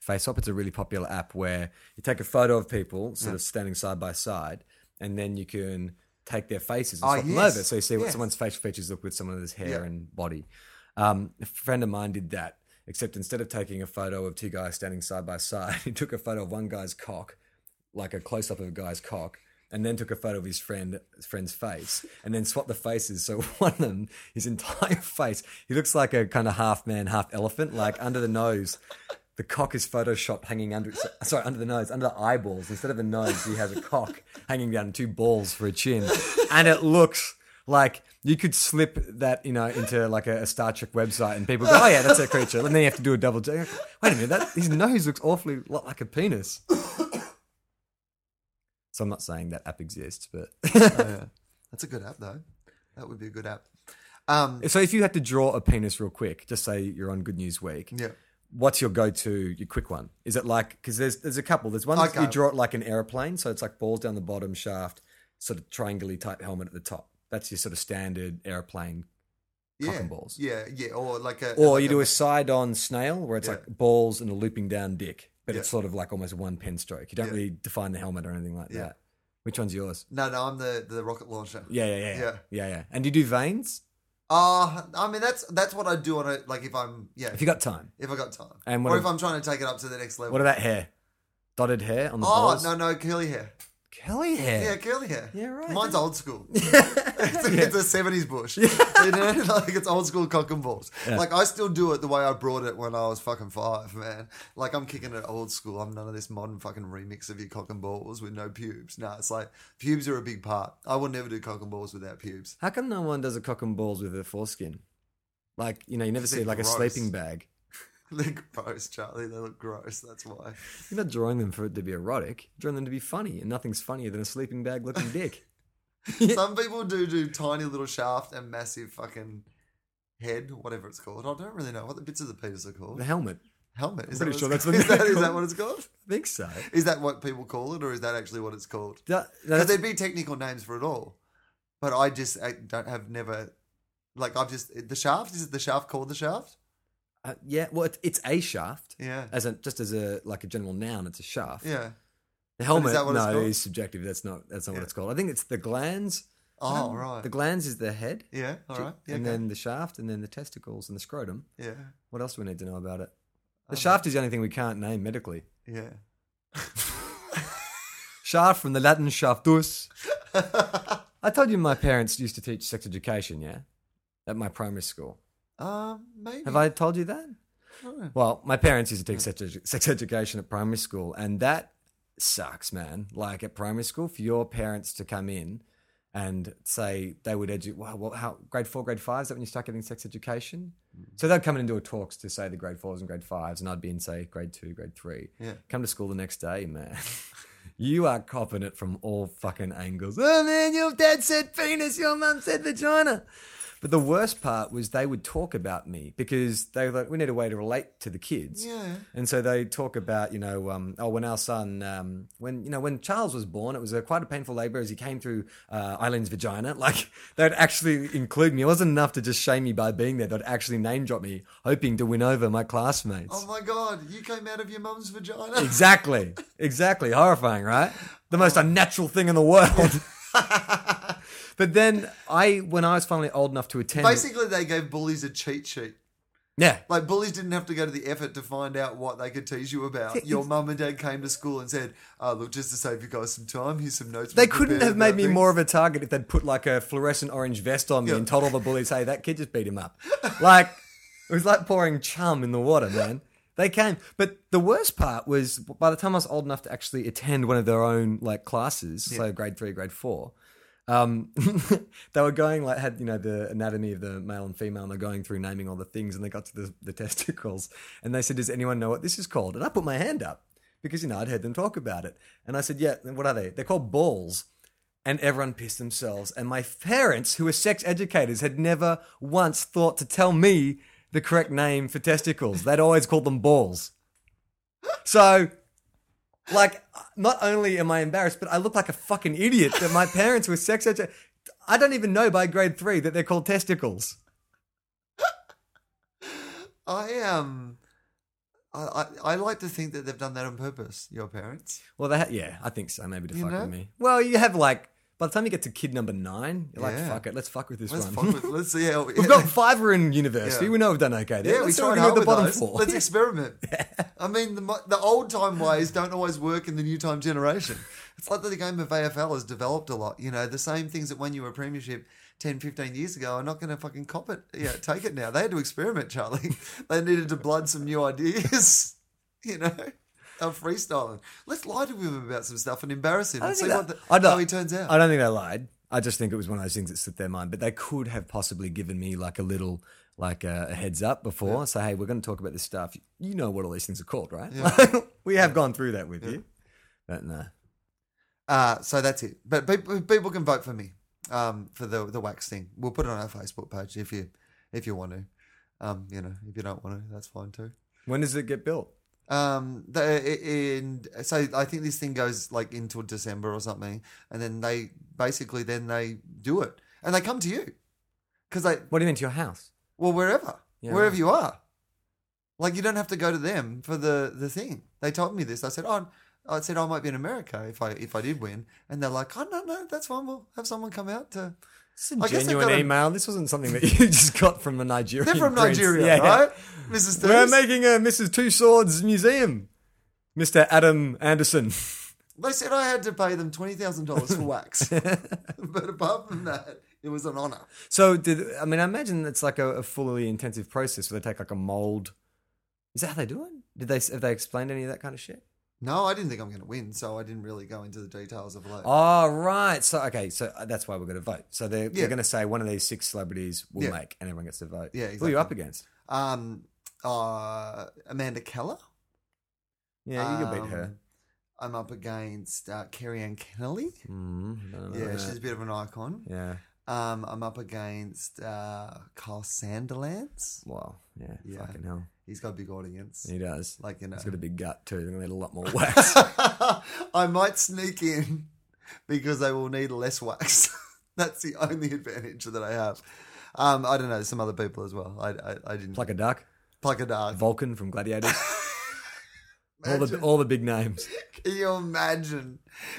S2: Face Swap is a really popular app where you take a photo of people sort of standing side by side, and then you can take their faces and
S3: Oh,
S2: swap them
S3: yes.
S2: over. So you see what
S3: Yes.
S2: someone's facial features look with someone else's hair
S3: Yeah.
S2: and body. Um, a friend of mine did that, except instead of taking a photo of two guys standing side by side, he took a photo of one guy's cock, like a close up of a guy's cock. And then took a photo of his friend his friend's face, and then swapped the faces. So one of them, his entire face, he looks like a kind of half man, half elephant. Like under the nose, the cock is photoshopped hanging under its, sorry under the nose under the eyeballs instead of a nose he has a cock hanging down and two balls for a chin and it looks like you could slip that you know into like a, a Star Trek website and people go oh yeah that's a creature and then you have to do a double check wait a minute that his nose looks awfully lot like a penis so I'm not saying that app exists but
S3: Oh, That's a good app though. That would be a good app. Um,
S2: so if you had to draw a penis real quick just say you're on Good News Week
S3: yeah.
S2: what's your go-to your quick one is it like because there's there's a couple there's one that you
S3: Okay.
S2: draw it like an aeroplane so it's like balls down the bottom shaft sort of triangly type helmet at the top that's your sort of standard aeroplane
S3: Yeah.
S2: and balls.
S3: Yeah, yeah, or like a
S2: or
S3: like
S2: you
S3: a-
S2: do a side-on snail where it's
S3: Yeah.
S2: like balls and a looping down dick but
S3: Yeah.
S2: it's sort of like almost one pen stroke you don't
S3: Yeah.
S2: really define the helmet or anything like
S3: Yeah.
S2: that which one's yours
S3: no, no. I'm the the rocket launcher.
S2: yeah yeah yeah yeah
S3: Yeah.
S2: yeah, yeah. and do you do veins
S3: Uh I mean that's that's what I do on it. Like if I'm yeah,
S2: if you got time
S3: if I got time,
S2: And what
S3: or
S2: ab-
S3: if I'm trying to take it up to the next level.
S2: what about hair dotted hair on the
S3: oh
S2: balls
S3: no no curly hair.
S2: curly hair
S3: Yeah, curly hair.
S2: Yeah, right.
S3: Mine's old school. it's, a, it's a 70s bush. You know, like it's old school cock and balls. Like I still do it the way I brought it when I was fucking five, man. Like I'm kicking it old school. I'm none of this modern fucking remix of your cock and balls with no pubes. No, it's like pubes are a big part. I will never do cock and balls without pubes.
S2: How come no one does a cock and balls with a foreskin? Like, you know, you never see
S3: They're
S2: like a
S3: gross.
S2: sleeping bag.
S3: They're gross, Charlie. They look gross. That's why.
S2: You're not drawing them for it to be erotic. You're drawing them to be funny, and nothing's funnier than a sleeping bag looking dick.
S3: Some people do do tiny little shaft and massive fucking head, whatever it's called. I don't really know what the bits of the penis are
S2: The
S3: called.
S2: helmet.
S3: Helmet. Is
S2: pretty
S3: that
S2: sure
S3: what it's-
S2: that's what
S3: is that,
S2: they're
S3: is that
S2: called.
S3: what it's called?
S2: I think so.
S3: Is that what people call it, or is that actually what it's called?
S2: That-
S3: Because
S2: that's-
S3: there'd be technical names for it all, but I just I don't have never, like I've just the shaft. Is it the shaft called the shaft?
S2: uh, yeah, well, it, it's a shaft.
S3: Yeah.
S2: As a, just as a like a general noun, it's a shaft.
S3: Yeah.
S2: The helmet.
S3: that what it's
S2: no,
S3: called?
S2: is subjective. That's not. That's not what
S3: Yeah.
S2: it's called. I think it's the glands.
S3: Oh
S2: Um,
S3: right.
S2: The glands is the head.
S3: yeah. All right. Yeah.
S2: and
S3: okay.
S2: then the shaft, and then the testicles and the scrotum.
S3: yeah.
S2: What else do we need to know about it? The
S3: Um,
S2: shaft is the only thing we can't name medically.
S3: Yeah.
S2: Shaft from the Latin shaftus. I told you my parents used to teach sex education, yeah? At my primary school.
S3: Um. Maybe.
S2: Have I told you that? Well, my parents used to teach sex, edu- sex education at primary school, and that sucks, man. Like at primary school, for your parents to come in and say they would educate, wow, well, how grade four, grade five, is that when you start getting sex education?
S3: Mm.
S2: So they'd come in and do a talks to say the grade fours and grade fives, and I'd be in, say, grade two, grade three.
S3: Yeah.
S2: Come to school the next day, man. You are copping it from all fucking angles. Oh man, your dad said penis, your mum said vagina. But the worst part was they would talk about me because they were like, we need a way to relate to the kids.
S3: Yeah.
S2: And so they talk about, you know, um, oh, when our son, um, when, you know, when Charles was born, it was a, quite a painful labor as he came through uh, Eileen's vagina. Like, they'd actually include me. It wasn't enough to just shame me by being there. They'd actually name drop me, hoping to win over my classmates.
S3: Oh my god, you came out of your mum's vagina.
S2: Exactly. Exactly. Horrifying, right? The most unnatural thing in the world. but then I, when I was finally old enough to attend,
S3: Basically, they gave bullies a cheat sheet.
S2: yeah,
S3: Like bullies didn't have to go to the effort to find out what they could tease you about. Your mum and dad came to school and said, "Oh, look, just to save you guys some time, here's some notes."
S2: they
S3: we
S2: couldn't
S3: prepared
S2: have made
S3: about
S2: me
S3: things."
S2: more of a target if they'd put like a fluorescent orange vest on me
S3: Yeah.
S2: and told all the bullies, "Hey, that kid just beat him up." Like it was like pouring chum in the water, man. They came, but the worst part was by the time I was old enough to actually attend one of their own like classes, so grade three, grade four. um, they were going like had you know the anatomy of the male and female and they're going through naming all the things and they got to the, the testicles and they said does anyone know what this is called and i put my hand up because you know i'd heard them talk about it and i said yeah and what are they they're called balls and everyone pissed themselves and my parents who were sex educators had never once thought to tell me the correct name for testicles they'd always called them balls so like, not only am I embarrassed, but I look like a fucking idiot that my parents were sex edu- I don't even know by grade three that they're called testicles.
S3: I um, I, I I like to think that they've done that on purpose. Your parents.
S2: Well, they ha- yeah, I think so. Maybe to
S3: You
S2: fuck
S3: know?
S2: with me. Well, you have like by the time you get to kid number nine, you're like,
S3: Yeah.
S2: fuck it, let's fuck with this
S3: Let's
S2: one.
S3: fuck with, let's see how
S2: We've got five are in university.
S3: Yeah.
S2: We know we've done okay there.
S3: Yeah, we
S2: let's see
S3: tried
S2: what can
S3: hard
S2: do
S3: with
S2: with the bottom
S3: those.
S2: 4
S3: Let's experiment. I mean, the, mo- the old time ways don't always work in the new time generation. It's like that the game of AFL has developed a lot. You know, the same things that when you were premiership 10, 15 years ago are not going to fucking cop it. Yeah, take it now. They had to experiment, Charlie. they needed to blood some new ideas. You know, I'm freestyling. Let's lie to him about some stuff and embarrass him
S2: I don't
S3: and see
S2: think
S3: what
S2: that-
S3: the,
S2: I don't-
S3: how he turns out.
S2: I don't think they lied. I just think it was one of those things that slipped their mind. But they could have possibly given me like a little, like a, a heads up before. Say, hey, we're going to talk about this stuff. You know what all these things are called, right? we have gone through that with you. But no.
S3: Uh, so that's it. But people, people can vote for me um, for the the wax thing. We'll put it on our Facebook page if you if you want to. Um, you know, if you don't want to, that's fine too.
S2: When does it get built?
S3: Um, the, in so I think this thing goes like until December or something, and then they basically then they do it and they come to you because they
S2: What do you mean to your house?
S3: well wherever
S2: Yeah,
S3: wherever
S2: right.
S3: you are, like you don't have to go to them for the the thing. They told me this. I said oh. I said I might be in America if I if I did win, and they're like, "Oh no, no, that's fine. We'll have someone come out to
S2: This is a
S3: I guess they've
S2: genuine
S3: got a-
S2: email. This wasn't something that you just got from a Nigerian.
S3: They're from
S2: prince. Yeah.
S3: Nigeria, right? Mrs.
S2: We're
S3: Thurse.
S2: making a Mrs. Two Swords museum. Mr. Adam Anderson.
S3: they said I had to pay them twenty thousand dollars for wax, but apart from that, it was an honor.
S2: So did I mean? I imagine it's like a, a fully intensive process where they take like a mold. Is that how they do it? Did they have they explained any of that kind of shit?
S3: No, I didn't think I'm going to win, so I didn't really go into the details of like.
S2: Oh right. So okay. So uh, that's why we're going to vote. So they're,
S3: Yeah.
S2: they're going to say one of these six celebrities will
S3: Yeah.
S2: make, and everyone gets to vote.
S3: Yeah,
S2: Who are you
S3: exactly.
S2: up against?
S3: Um, uh, Amanda Keller.
S2: Yeah, you will beat her.
S3: Um, I'm up against uh, Kerry Ann Kennelly.
S2: Mm, I don't know
S3: Yeah,
S2: that.
S3: she's a bit of an icon.
S2: yeah.
S3: Um, I'm up against uh, Carl Sanderlands.
S2: Wow. Yeah,
S3: Yeah.
S2: Fucking hell.
S3: He's got a big audience.
S2: He does.
S3: Like you know,
S2: He's got a big gut too. They're going to need a lot more wax.
S3: I might sneak in because they will need less wax. That's the only advantage that I have. Um, I don't know some other people as well. I I, I didn't
S2: like a duck.
S3: pluck a dart.
S2: Vulcan from Gladiators. all the all the big names.
S3: Can you imagine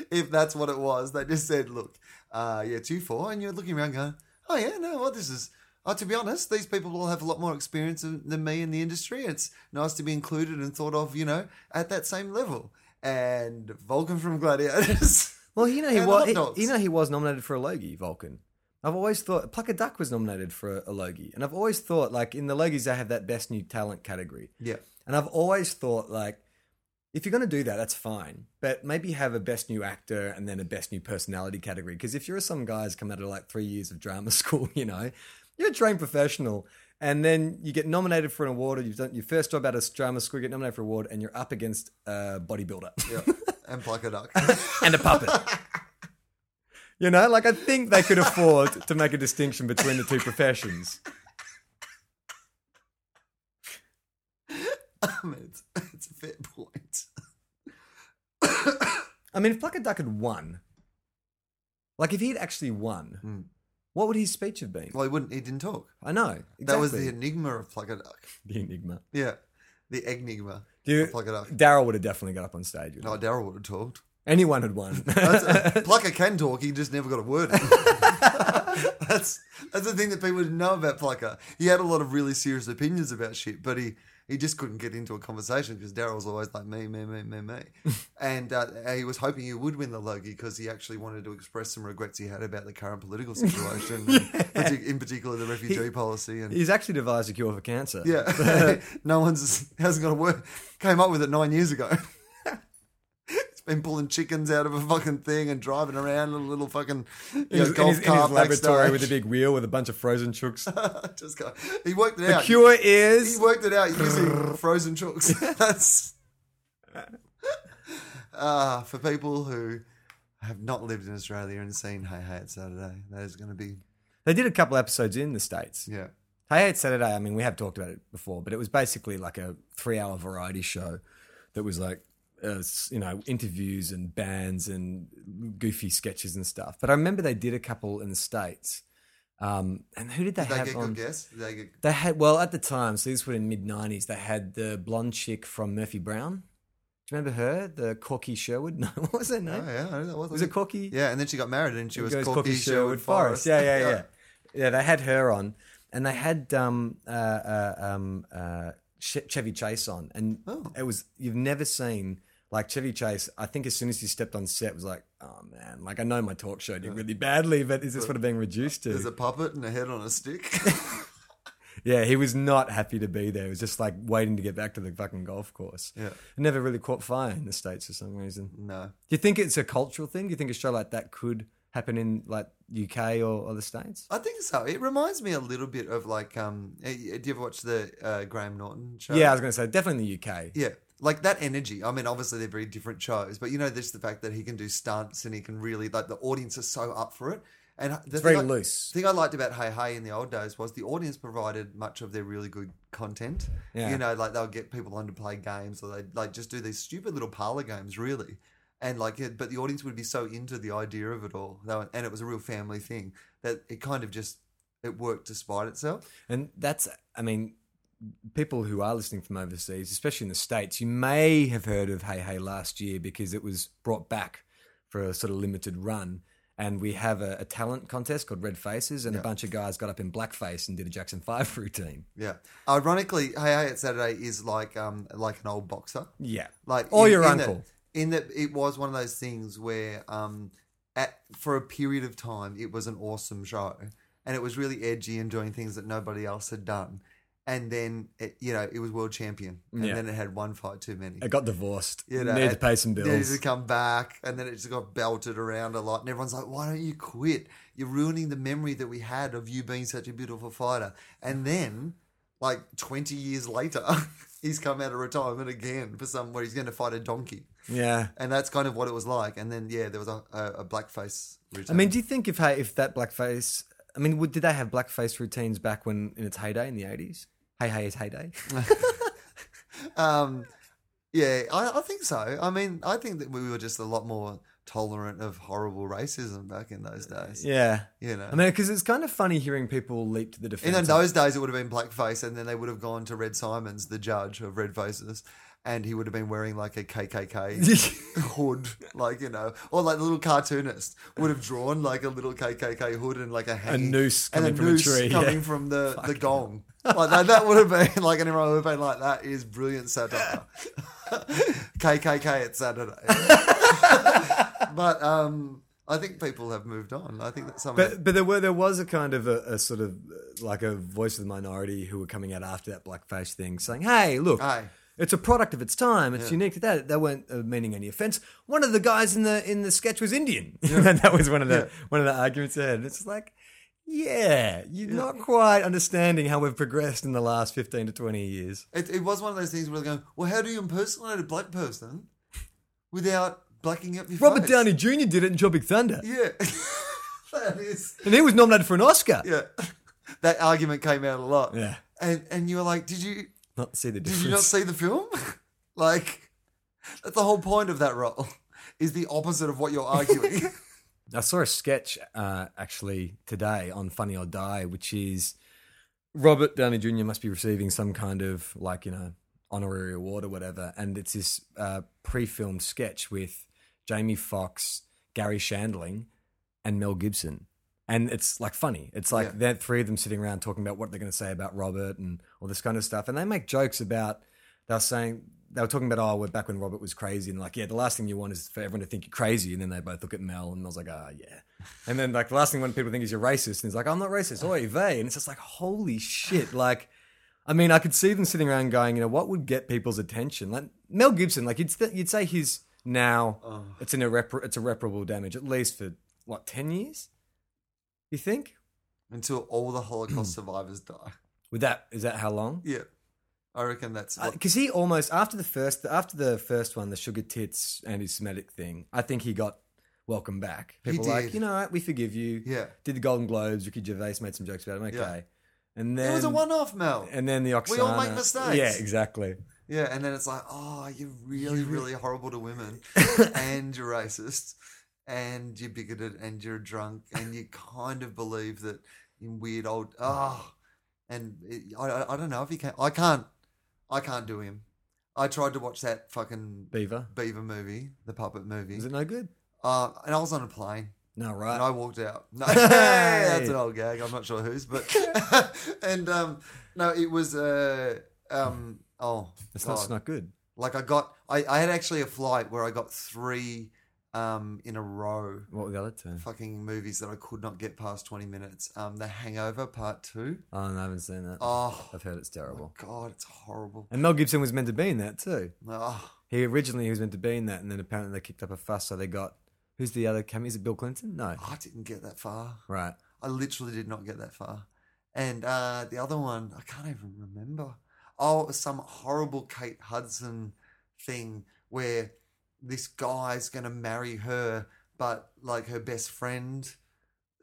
S3: if that's what it was? They just said, "Look, uh, yeah, two four, and you're looking around going, "Oh yeah, no, well this is." Oh, to be honest, these people all have a lot more experience than than me in the industry. It's nice to be included and thought of, you know, at that same level. And Vulcan from Gladiators.
S2: Well, you know he
S3: And
S2: was.
S3: hot
S2: He,
S3: dogs.
S2: you know he was nominated for a Logie, Vulcan. I've always thought Pluck a Duck was nominated for a, a Logie, and I've always thought like in the Logies they have that Best New Talent category,
S3: yeah.
S2: and I've always thought like if you're going to do that, that's fine. But maybe have a best new actor and then a best new personality category. Because if you're some guy who's come out of like three years of drama school, you know, you're a trained professional. And then you get nominated for an award, or you've done your first job out of drama school, you get nominated for an award, and you're up against a bodybuilder
S3: Yeah. and pluck a duck.
S2: and a puppet. you know, like I think they could afford to make a distinction between the two professions.
S3: Um, it's, it's a fair point.
S2: I mean, if Plucker Duck had won, like if he'd actually won, what would his speech have been?
S3: Hmm. Well, he wouldn't. He didn't talk.
S2: I know. Exactly.
S3: That was the enigma of pluck a duck.
S2: the enigma.
S3: Yeah, the enigma.
S2: Do you,
S3: of pluck a duck.
S2: Daryl would have definitely got up on stage.
S3: No, Daryl would have talked.
S2: Anyone had won.
S3: That's, uh, Plucker can talk. He just never got a word. in. that's that's the thing that people didn't know about Plucker. He had a lot of really serious opinions about shit, but he he just couldn't get into a conversation because Daryl was always like me, me, me, me, me, and uh, he was hoping he would win the Logie because he actually wanted to express some regrets he had about the current political situation, and partic- in particular the refugee policy and.
S2: He's actually devised a cure for cancer.
S3: Yeah, no one's hasn't got a word. Came up with it nine years ago. it's been pulling chickens out of a fucking thing and driving around in a little fucking you
S2: In
S3: know,
S2: his, in
S3: golf
S2: his- in his
S3: cart
S2: laboratory
S3: backstage.
S2: with a big wheel with a bunch of frozen chooks.
S3: Just go. He worked it
S2: The
S3: out.
S2: cure
S3: He
S2: is
S3: worked it out using frozen chooks. That's ah for people who have not lived in Australia and seen Hey Hey It's Saturday. That is going to be
S2: They did a couple episodes in the States.
S3: yeah.
S2: Hey, it's Saturday. I mean, we have talked about it before, but it was basically like a three hour variety show that was like, uh, s- you know, interviews and bands and goofy sketches and stuff. But I remember they did a couple in the States. Um, and who did they
S3: Did they
S2: have
S3: get
S2: on?
S3: good guests? Did they get
S2: They had, well, at the time, so these were in mid 90s, they had the blonde chick from Murphy Brown. Do you remember her? The Corky Sherwood? No, what was her
S3: Oh
S2: name?
S3: yeah, I know that was,
S2: Was it Corky?
S3: Yeah, and then she got married and she
S2: It
S3: was
S2: goes
S3: Corky
S2: Corky
S3: Sherwood Forest.
S2: Yeah, yeah, yeah. Yeah, they had her on, and they had um, uh, uh, um, uh, Che- Chevy Chase on, and
S3: Oh.
S2: it was you've never seen like Chevy Chase. I think as soon as he stepped on set, was like, oh man, like I know my talk show did really badly, but is this what I'm being reduced to?
S3: There's a puppet and a head on a stick.
S2: Yeah, he was not happy to be there. He was just like waiting to get back to the fucking golf course.
S3: Yeah.
S2: it never really caught fire in the states for some reason.
S3: no.
S2: Do you think it's a cultural thing? Do you think a show like that could happen in like UK or other states?
S3: I think so. It reminds me a little bit of like, um, eh, eh, do you ever watch the uh, Graham Norton show?
S2: Yeah, I was going to say definitely in the UK.
S3: Yeah. Like that energy. I mean, obviously they're very different shows, but you know, there's the fact that he can do stunts and he can really, like, the audience is so up for it. And the
S2: very
S3: thing I-
S2: loose.
S3: thing I liked about Hey Hey in the old days was the audience provided much of their really good content.
S2: Yeah.
S3: You know, like they'll get people on to play games or they'd like just do these stupid little parlor games, really. And like, it, but the audience would be so into the idea of it all, though, and it was a real family thing that it kind of just it worked despite itself.
S2: And that's, I mean, people who are listening from overseas, especially in the States, you may have heard of Hey Hey last year because it was brought back for a sort of limited run. And we have a, a talent contest called Red Faces, and a bunch of guys got up in blackface and did a Jackson 5 routine.
S3: Yeah. Ironically, Hey Hey at Saturday is like um like an old boxer.
S2: Yeah.
S3: like
S2: or
S3: in-
S2: your
S3: in that-
S2: uncle.
S3: in that it was one of those things where um at for a period of time it was an awesome show and it was really edgy and doing things that nobody else had done and then it, you know it was world champion and
S2: Yeah.
S3: then it had one fight too many
S2: I got divorced.
S3: you know,
S2: Need to
S3: and
S2: pay some
S3: Needed to
S2: bills.
S3: come back, and then it just got belted around a lot. And everyone's like, "Why don't you quit? You're ruining the memory that we had of you being such a beautiful fighter." And then, like 20 years later, he's come out of retirement again for some where he's going to fight a donkey,
S2: Yeah.
S3: and that's kind of what it was like. And then, yeah, there was a, a, a blackface.
S2: I
S3: Return.
S2: mean, do you think if hey, if that blackface, I mean, would, did they have blackface routines back when in its heyday in the 80s? Hey Hey is heyday.
S3: um, yeah, I, I think so. I mean, I think that we were just a lot more tolerant of horrible racism back in those days.
S2: yeah.
S3: You know,
S2: I mean, because it's kind of funny hearing people leap to the defense.
S3: And in those days, it would have been blackface, and then they would have gone to Red Simons, the judge of Red Faces, and he would have been wearing like a KKK hood, like you know, or like the little cartoonist would have drawn like a little KKK hood and like a hanging,
S2: noose
S3: and
S2: coming from a tree, yeah.
S3: coming from the, the gong. Like that, that would have been like, and everyone would have been like, "That is brilliant satire." KKK at Saturday, but um, I think people have moved on. I think that some, of
S2: but but there were there was a kind of a, a sort of uh, like a voice of the minority who were coming out after that blackface thing, saying, "Hey, look,
S3: Aye.
S2: it's a product of its time. It's unique to that. They weren't uh, meaning any offense. One of the guys in the in the sketch was Indian, and that was one of the one of the arguments they had. And it's like, yeah, you're not quite understanding how we've progressed in the last fifteen to twenty years.
S3: It, it was one of those things where they're going, well, how do you impersonate a black person without blacking up your
S2: Robert
S3: face?
S2: Downey Jr. did it in Tropic Thunder,
S3: Yeah. that is.
S2: and he was nominated for an Oscar.
S3: Yeah. That argument came out a lot.
S2: Yeah.
S3: And, and you were like, did you
S2: Not see the
S3: did
S2: difference.
S3: you not see the film? like, that's the whole point of that role, is the opposite of what you're arguing.
S2: I saw a sketch uh, actually today on Funny or Die, which is Robert Downey Jr. must be receiving some kind of like you know honorary award or whatever, and it's this uh, pre-filmed sketch with Jamie Foxx, Gary Shandling, and Mel Gibson, and it's like funny. It's like
S3: Yeah.
S2: they're three of them sitting around talking about what they're going to say about Robert and all this kind of stuff, and they make jokes about they were saying they were talking about oh we're back when Robert was crazy and like yeah the last thing you want is for everyone to think you're crazy and then they both look at Mel and I was like ah yeah and then like the last thing when people think is you're racist and he's like I'm not racist oy vey and it's just like holy shit like I mean I could see them sitting around going you know what would get people's attention like Mel Gibson like you'd th- you'd say he's now
S3: Oh,
S2: it's an irrepar- it's irreparable damage at least for what ten years you think
S3: Until all the Holocaust survivors die.
S2: with that is that how long
S3: Yeah. I reckon that's what,
S2: because he almost after the first after the first one, the sugar tits anti-Semitic thing. I think he got welcome back.
S3: He
S2: People were like
S3: did.
S2: you know what, we forgive you.
S3: Yeah.
S2: did the Golden Globes? Ricky Gervais made some jokes about him. Okay, and then
S3: it was a one off, Mel.
S2: And then the Oksana.
S3: We all make mistakes.
S2: Yeah, exactly.
S3: Yeah, and then it's like, oh, you're really, really horrible to women, and you're racist, and you're bigoted, and you're drunk, and you kind of believe that in weird
S2: Mm.
S3: old oh, and it, I, I, I don't know if you can. I can't, I can't do him. I tried to watch that fucking
S2: Beaver.
S3: Beaver movie, the puppet movie,
S2: Is it no good?
S3: uh, and I was on a plane.
S2: No,
S3: And I
S2: right.
S3: walked out. No, that's an old gag. I'm not sure whose, but and um, no, it was uh, um, oh,
S2: It's not, it's
S3: God.
S2: not good.
S3: Like I got, I, I had actually a flight where I got three um, in a row
S2: What were the other two?
S3: fucking movies that I could not get past 20 minutes. Um, the Hangover Part 2.
S2: Oh, no, I haven't seen that.
S3: Oh,
S2: I've heard it's terrible.
S3: God, it's horrible.
S2: And Mel Gibson was meant to be in that too.
S3: Oh,
S2: He originally he was meant to be in that, and then apparently they kicked up a fuss, so they got who's the other cameo? Is it Bill Clinton? No,
S3: I didn't get that far.
S2: right.
S3: I literally did not get that far. And uh, the other one, I can't even remember. Oh, it was some horrible Kate Hudson thing where this guy's going to marry her, but like her best friend,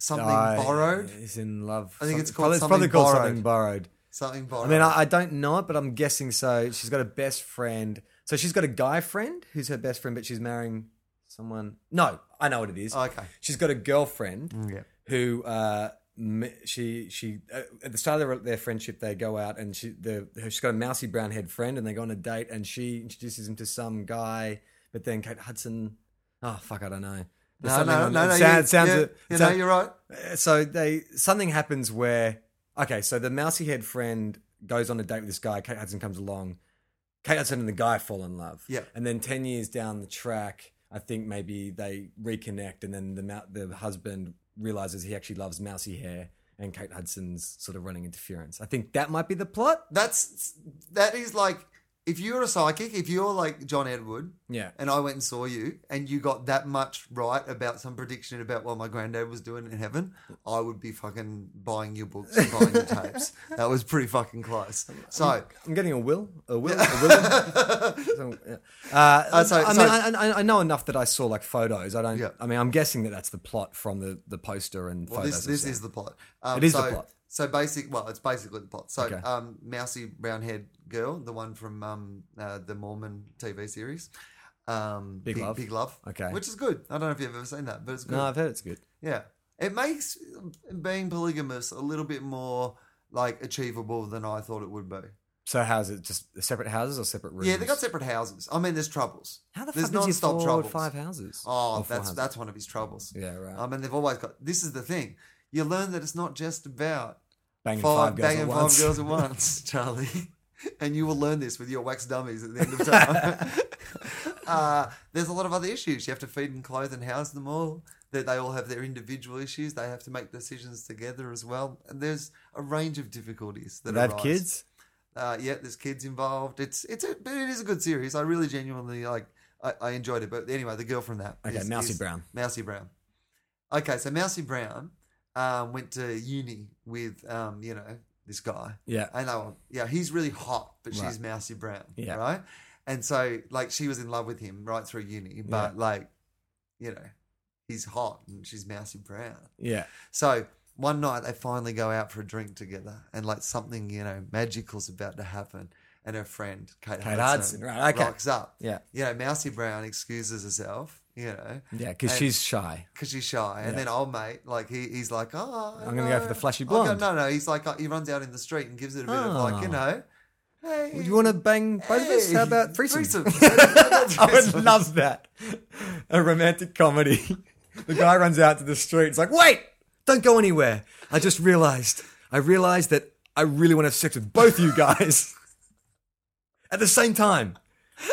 S3: something
S2: I-
S3: borrowed.
S2: He's in love.
S3: I think it's
S2: Something-
S3: called
S2: it's
S3: something
S2: probably called
S3: borrowed.
S2: something borrowed.
S3: Something
S2: I
S3: borrowed.
S2: mean, I, I don't know it, but I'm guessing so. She's got a best friend. So she's got a guy friend who's her best friend, but she's marrying someone. No, I know what it is.
S3: Okay.
S2: She's got a girlfriend
S3: yeah.
S2: who uh, m- she she uh, at the start of their, their friendship they go out and she the her- she's got a mousy brown head friend and they go on a date and she introduces him to some guy, but then Kate Hudson. Oh fuck, I don't know. There's
S3: No,
S2: something
S3: no,
S2: on-
S3: no,
S2: it
S3: no.
S2: sounds-
S3: you,
S2: sounds-
S3: yeah,
S2: it
S3: you know,
S2: sounds-
S3: you're right.
S2: uh, so they something happens where okay, so the mousy head friend goes on a date with this guy. Kate Hudson comes along. Kate Hudson and the guy fall in love.
S3: Yeah.
S2: and then ten years down the track, I think maybe they reconnect, and then the mou- the husband realizes he actually loves mousy hair, and Kate Hudson's sort of running interference. I think that might be the plot.
S3: That's that is like if you're a psychic, if you're like John Edward,
S2: Yeah,
S3: and I went and saw you, and you got that much right about some prediction about what my granddad was doing in heaven, I would be fucking buying your books and buying your tapes. That was pretty fucking close. So
S2: I'm getting a will, a will, a will. So, yeah. uh,
S3: sorry,
S2: I
S3: sorry.
S2: mean, I, I, I know enough that I saw like photos. I don't.
S3: Yeah.
S2: I mean, I'm guessing that that's the plot from the, the poster and
S3: well,
S2: photos.
S3: this
S2: I've
S3: this
S2: seen.
S3: is the plot. Um,
S2: It is
S3: so,
S2: the plot.
S3: So basic, well, it's basically the plot. So
S2: Okay.
S3: um, mousy brown haired girl, the one from um, uh, the Mormon TV series. Um,
S2: Big Love.
S3: Big Love.
S2: Okay.
S3: Which is good. I don't know if you've ever seen that, but it's good.
S2: No, I've heard it's good.
S3: Yeah. It makes being polygamous a little bit more like achievable than I thought it would be.
S2: So how's it? Just separate houses or separate rooms?
S3: Yeah, they got separate houses. I mean, there's troubles.
S2: How the
S3: there's
S2: fuck does he
S3: non-stop
S2: afford
S3: troubles.
S2: five houses? Or
S3: Oh,
S2: four
S3: that's
S2: houses?
S3: that's one of his troubles.
S2: Yeah, right.
S3: I mean, they've always got. This is the thing. You learn that it's not just about
S2: banging
S3: five,
S2: five, girls
S3: banging
S2: at
S3: five
S2: once.
S3: girls at once, Charlie. And you will learn this with your wax dummies at the end of time. uh, there's a lot of other issues. You have to feed and clothe and house them all. That they all have their individual issues. They have to make decisions together as well. And there's a range of difficulties that
S2: They have
S3: arise.
S2: kids.
S3: Uh, yeah, there's kids involved. It's it's a, but it is a good series. I really genuinely like. I, I enjoyed it. But anyway, the girl from that.
S2: Okay, Mousy Brown.
S3: Mousy Brown. Okay, so Mousy Brown um, went to uni with um, you know this guy.
S2: Yeah.
S3: I know. Yeah, he's really hot, but she's
S2: Right.
S3: Mousy Brown.
S2: Yeah.
S3: Right. And so, like, she was in love with him right through uni, but like, you know, he's hot and she's Mousy Brown.
S2: Yeah.
S3: So one night they finally go out for a drink together, and like something you know magical's about to happen. And her friend Kate,
S2: Kate Hudson,
S3: Hudson,
S2: right, okay.
S3: rocks up.
S2: Yeah.
S3: you know, Mousy Brown excuses herself. You know,
S2: Yeah, because
S3: And-
S2: she's shy.
S3: because she's shy. And
S2: Yeah.
S3: then old mate, like he, he's like, oh,
S2: I'm gonna go for the flashy
S3: I'll
S2: blonde."
S3: no, no, he's like, uh, he runs out in the street and gives it a bit of like, you
S2: Oh.
S3: know, hey,
S2: Would you want to bang both of us?
S3: hey,
S2: How about threesome?
S3: threesome.
S2: I would love that. A romantic comedy. The guy runs out to the street. It's like, wait, don't go anywhere. I just realized. I realized that I really want to have sex with both you guys at the same time.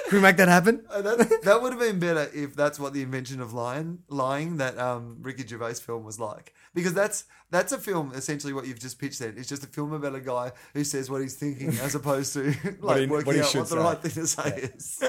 S2: Can we make that happen?
S3: Uh, that, that would have been better if that's what the invention of lying, lying that um, Ricky Gervais film was like. Because that's that's a film essentially what you've just pitched. Then it's just a film about a guy who says what he's thinking, as opposed to like
S2: he-
S3: working
S2: what he
S3: out
S2: should
S3: what the
S2: say.
S3: right thing to say is.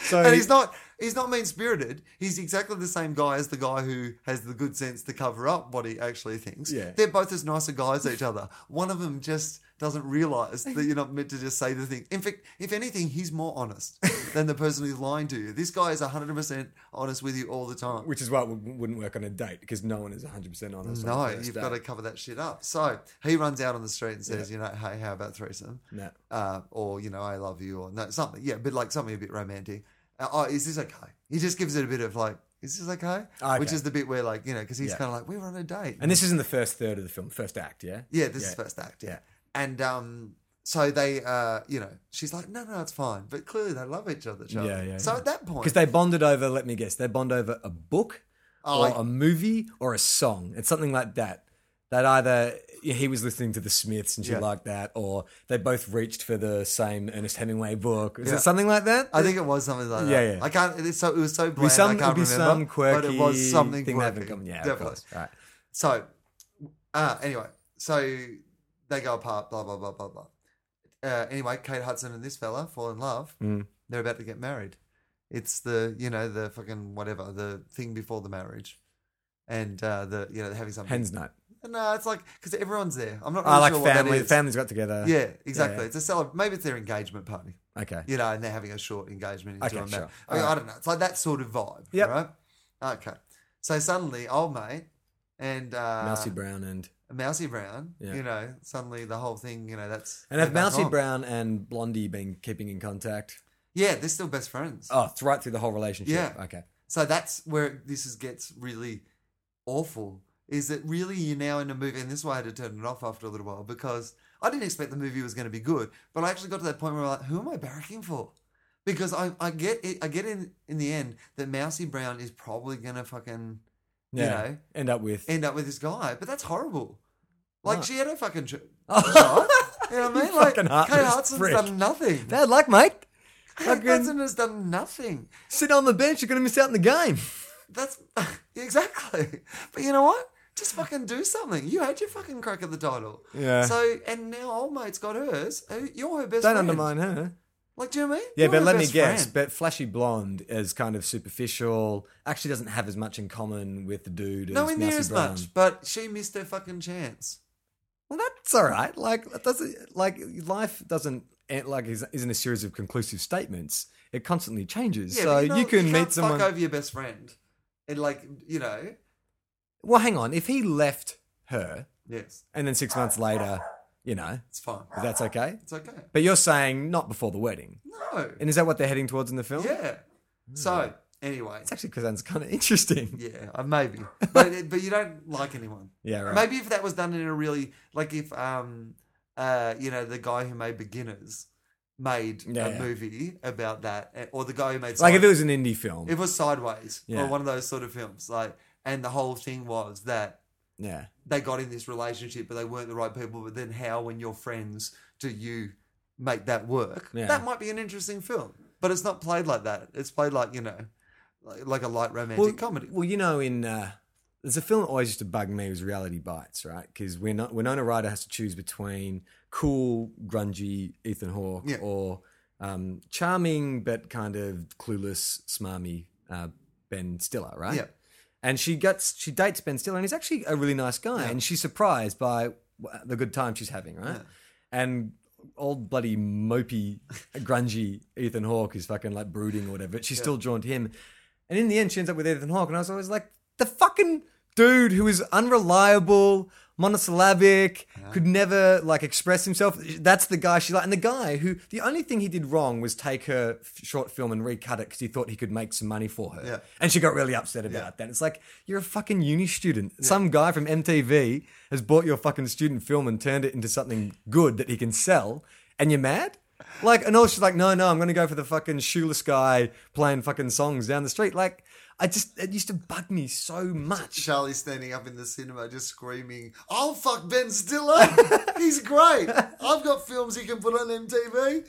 S2: So
S3: And he's not he's not mean spirited. He's exactly the same guy as the guy who has the good sense to cover up what he actually thinks.
S2: Yeah.
S3: They're both as nice a guys as each other. One of them just doesn't realise that you're not meant to just say the thing. In fact, if anything, he's more honest than the person who's lying to you. This guy is 100% honest with you all the time.
S2: Which is why it wou- wouldn't work on a date because no one is 100% honest.
S3: no,
S2: on the first
S3: you've
S2: date.
S3: got to cover that shit up. So he runs out on the street and says, you know, hey, how about threesome?
S2: No.
S3: uh, or you know, I love you, or no, something. Yeah, but like something a bit romantic. Uh, oh, is this okay? He just gives it a bit of like, is this okay?
S2: Ah, Okay.
S3: Which is the bit where like you know, because he's
S2: Yeah.
S3: kind of like, we were on a date,
S2: And this isn't the first third of the film, first act, yeah?
S3: yeah, this is first act, yeah. And um, so they, uh, you know, she's like, no, no, it's fine. But clearly they love each other, Charlie.
S2: Yeah, yeah,
S3: So
S2: yeah.
S3: at that point,
S2: Because they bonded over, let me guess, they bond over a book
S3: Oh,
S2: or
S3: I-
S2: a movie or a song. It's something like that. That either he was listening to the Smiths and she
S3: Yeah.
S2: liked that, or they both reached for the same Ernest Hemingway book. Is
S3: Yeah.
S2: it something like that?
S3: I think it was something like
S2: Yeah,
S3: that.
S2: yeah.
S3: I can't. It's so, it was so
S2: It'd be
S3: bland.
S2: some,
S3: I can't
S2: it'd be
S3: remember.
S2: some quirky
S3: but it was something
S2: thing they have in
S3: quirky.
S2: common. Yeah,
S3: definitely.
S2: of course. Right.
S3: So, uh, anyway, so they go apart, blah, blah, blah, blah, blah. Uh, anyway, Kate Hudson and this fella fall in love.
S2: Mm.
S3: They're about to get married. It's the, you know, the fucking whatever, the thing before the marriage. And, uh, the, you know, they're having something.
S2: Hens night.
S3: No, it's like, because everyone's there. I'm not really
S2: I like
S3: sure
S2: family.
S3: what that is.
S2: Families got together.
S3: Yeah, exactly.
S2: Yeah.
S3: It's a celebration. Maybe it's their engagement party
S2: Okay.
S3: you know, and they're having a short engagement into
S2: Okay,
S3: a ma-
S2: sure.
S3: I mean,
S2: All right.
S3: I don't know. It's like that sort of vibe,
S2: Yep.
S3: right? Okay. So suddenly, old mate and uh,
S2: Mousy Brown and
S3: Mousy Brown,
S2: Yeah.
S3: you know, suddenly the whole thing, you know, that's
S2: and have
S3: they're back
S2: Mousy
S3: on.
S2: Brown and Blondie been keeping in contact?
S3: Yeah, they're still best friends.
S2: Oh, it's right through the whole relationship.
S3: Yeah.
S2: Okay.
S3: So that's where this is, gets really awful. Is that really you're now in a movie, and this is why I had to turn it off after a little while because I didn't expect the movie was going to be good, but I actually got to that point where I'm like, who am I barracking for? Because I, I get it, I get in in the end that Mousy Brown is probably going to fucking
S2: Yeah.
S3: you know
S2: End up with.
S3: end up with this guy, but that's horrible. Like
S2: Right.
S3: she had her fucking ch- shot. You know what I mean?
S2: You
S3: Like
S2: fucking
S3: Kate
S2: heartless
S3: Hudson's
S2: prick.
S3: done nothing.
S2: Bad luck, mate.
S3: Kate
S2: Fucking-
S3: Hudson has done nothing.
S2: Sit on the bench, you're going to miss out on the game.
S3: That's exactly. But you know what? Just fucking do something. You had your fucking crack at the title.
S2: Yeah.
S3: So and now old mate's got hers. Who- You're her best.
S2: Don't
S3: friend.
S2: undermine her.
S3: Like, do you know what I mean?
S2: Yeah,
S3: You're
S2: but
S3: her
S2: let me
S3: best
S2: guess.
S3: friend.
S2: But Flashy Blonde is kind of superficial, actually doesn't have as much in common with the dude
S3: no
S2: as
S3: one near
S2: Mousy
S3: as
S2: Brown.
S3: much. But she missed her fucking chance.
S2: Well, that's all right. Like, that doesn't, like life doesn't, eh, like, is- isn't a series of conclusive statements. It constantly changes.
S3: Yeah,
S2: so
S3: but
S2: you,
S3: know,
S2: can
S3: you
S2: meet
S3: can't
S2: someone.
S3: Fuck over your best friend, and like you know,
S2: Well, hang on. If he left her
S3: yes,
S2: and then six months later, you know,
S3: it's fine.
S2: that's okay.
S3: It's okay.
S2: But you're saying not before the wedding.
S3: No.
S2: And is that what they're heading towards in the film?
S3: Yeah. So anyway,
S2: It's actually because that's kind of interesting.
S3: Yeah, uh, maybe, but but you don't like anyone.
S2: Yeah, right.
S3: Maybe if that was done in a really like if um uh you know the guy who made Beginners made
S2: Yeah,
S3: a
S2: yeah.
S3: movie about that, eh, or the guy who made
S2: Like if it
S3: Side-
S2: was an indie film.
S3: if it was Sideways
S2: Yeah.
S3: or one of those sort of films, like and the whole thing was that
S2: yeah.
S3: they got in this relationship but they weren't the right people. But then how, when you're friends, do you make that work?
S2: Yeah.
S3: That might be an interesting film, but it's not played like that. It's played like you know, like, like a light romantic
S2: Well,
S3: comedy.
S2: Well, you know, in uh, there's a film that always used to bug me was Reality Bites, right? Because we're not Winona Ryder has to choose between cool, grungy Ethan Hawke
S3: Yeah.
S2: or um, charming but kind of clueless, smarmy uh, Ben Stiller, right?
S3: Yeah.
S2: And she gets she dates Ben Stiller, and he's actually a really nice guy, and she's surprised by wh- the good time she's having, right? And old bloody mopey, grungy Ethan Hawke is fucking like brooding or whatever, but she's still drawn to him. And in the end, she ends up with Ethan Hawke, and I was always like, the fucking dude who is unreliable, monosyllabic, could never like express himself. That's the guy she like, and the guy who the only thing he did wrong was take her f- short film and recut it because he thought he could make some money for her,
S3: Yeah.
S2: and she got really upset about that. It's like you're a fucking uni student. Some guy from MTV has bought your fucking student film and turned it into something good that he can sell, and you're mad. Like, and also she's like, no, no, I'm going to go for the fucking shoeless guy playing fucking songs down the street. Like, I just, it used to bug me so much.
S3: Charlie standing up in the cinema just screaming, "I'll fuck Ben Stiller. He's great. I've got films he can put on MTV."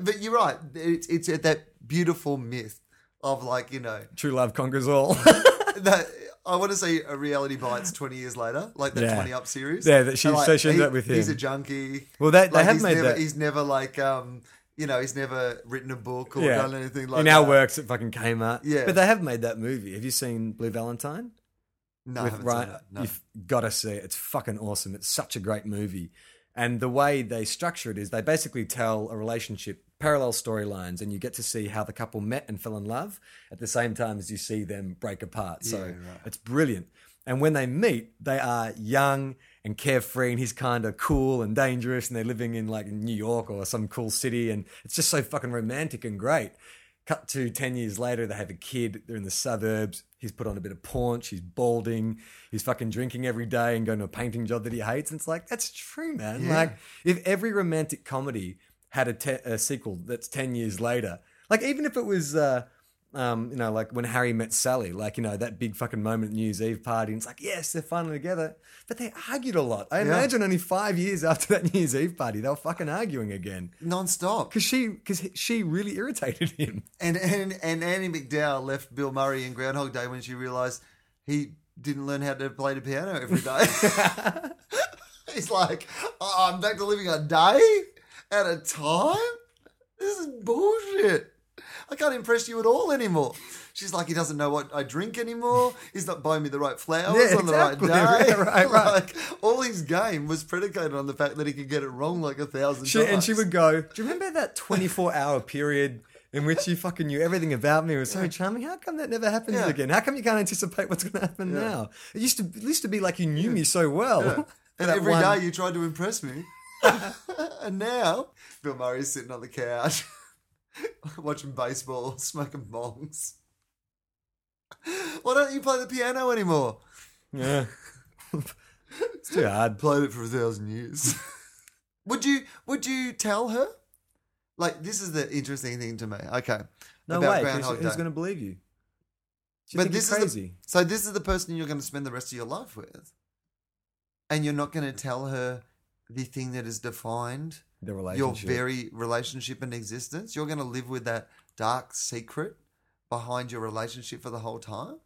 S3: But you're right. It's it's that beautiful myth of like you know
S2: True love conquers all.
S3: that. I want to say a reality bites twenty years later, like the
S2: Yeah.
S3: Twenty Up series.
S2: Yeah, that she-
S3: And, like,
S2: so she ended
S3: he-
S2: up with
S3: He's
S2: him.
S3: a junkie.
S2: Well, they- they
S3: Like,
S2: have
S3: he's
S2: made
S3: never,
S2: that-
S3: He's never like um, you know, he's never written a book or done anything like
S2: In
S3: that.
S2: our works, it fucking came out.
S3: Yeah.
S2: But they have made that movie. Have you seen Blue Valentine?
S3: No, I
S2: with
S3: haven't seen
S2: Ryan,
S3: that, no.
S2: you've got to see it. It's fucking awesome. It's such a great movie. And the way they structure it is they basically tell a relationship, parallel storylines, and you get to see how the couple met and fell in love at the same time as you see them break apart. So it's brilliant. And when they meet, they are young and carefree, and he's kind of cool and dangerous, and they're living in like New York or some cool city, and it's just so fucking romantic and great. Cut to 10 years later, they have a kid. They're in the suburbs. He's put on a bit of paunch. He's balding. He's fucking drinking every day and going to a painting job that he hates. And it's like, that's true, man. Like, if every romantic comedy had a, te- a sequel that's 10 years later, like, even if it was, uh, um, you know, like when Harry met Sally, like, you know, that big fucking moment at New Year's Eve party. And it's like, yes, they're finally together. But they argued a lot. I imagine only five years after that New Year's Eve party, they were fucking arguing again.
S3: non-stop.
S2: Because she, cause he- she really irritated him.
S3: And and and Annie McDowell left Bill Murray in Groundhog Day when she realised he didn't learn how to play the piano every day. He's like, oh, I'm back to living a day at a time. This is bullshit. I can't impress you at all anymore. She's like, he doesn't know what I drink anymore. He's not buying me the right flowers
S2: Yeah,
S3: on
S2: exactly.
S3: the right day.
S2: Right, right, right.
S3: Like, all his game was predicated on the fact that he could get it wrong like a thousand
S2: She,
S3: times.
S2: and she would go, Do you remember that 24 hour period in which you fucking knew everything about me? It was so charming. How come that never happens
S3: Yeah.
S2: again? How come you can't anticipate what's going to happen now? It used to it used to be like you knew me so well. For
S3: And
S2: that
S3: every day
S2: one-
S3: you tried to impress me. and now Bill Murray's sitting on the couch watching baseball, smoking bongs. Why don't you play the piano anymore?
S2: Yeah. it's too hard.
S3: Played it for a thousand years. would you would you tell her? Like this is the interesting thing to me. Okay.
S2: No
S3: about
S2: way. 'cause
S3: Groundhog
S2: Who's
S3: Day.
S2: going to believe you? She
S3: But
S2: but
S3: this
S2: you're crazy.
S3: is the, so this is the person you're going to spend the rest of your life with. And you're not going to tell her the thing that is defined
S2: the
S3: your
S2: relationship.
S3: very relationship and existence. You're going to live with that dark secret behind your relationship for the whole time.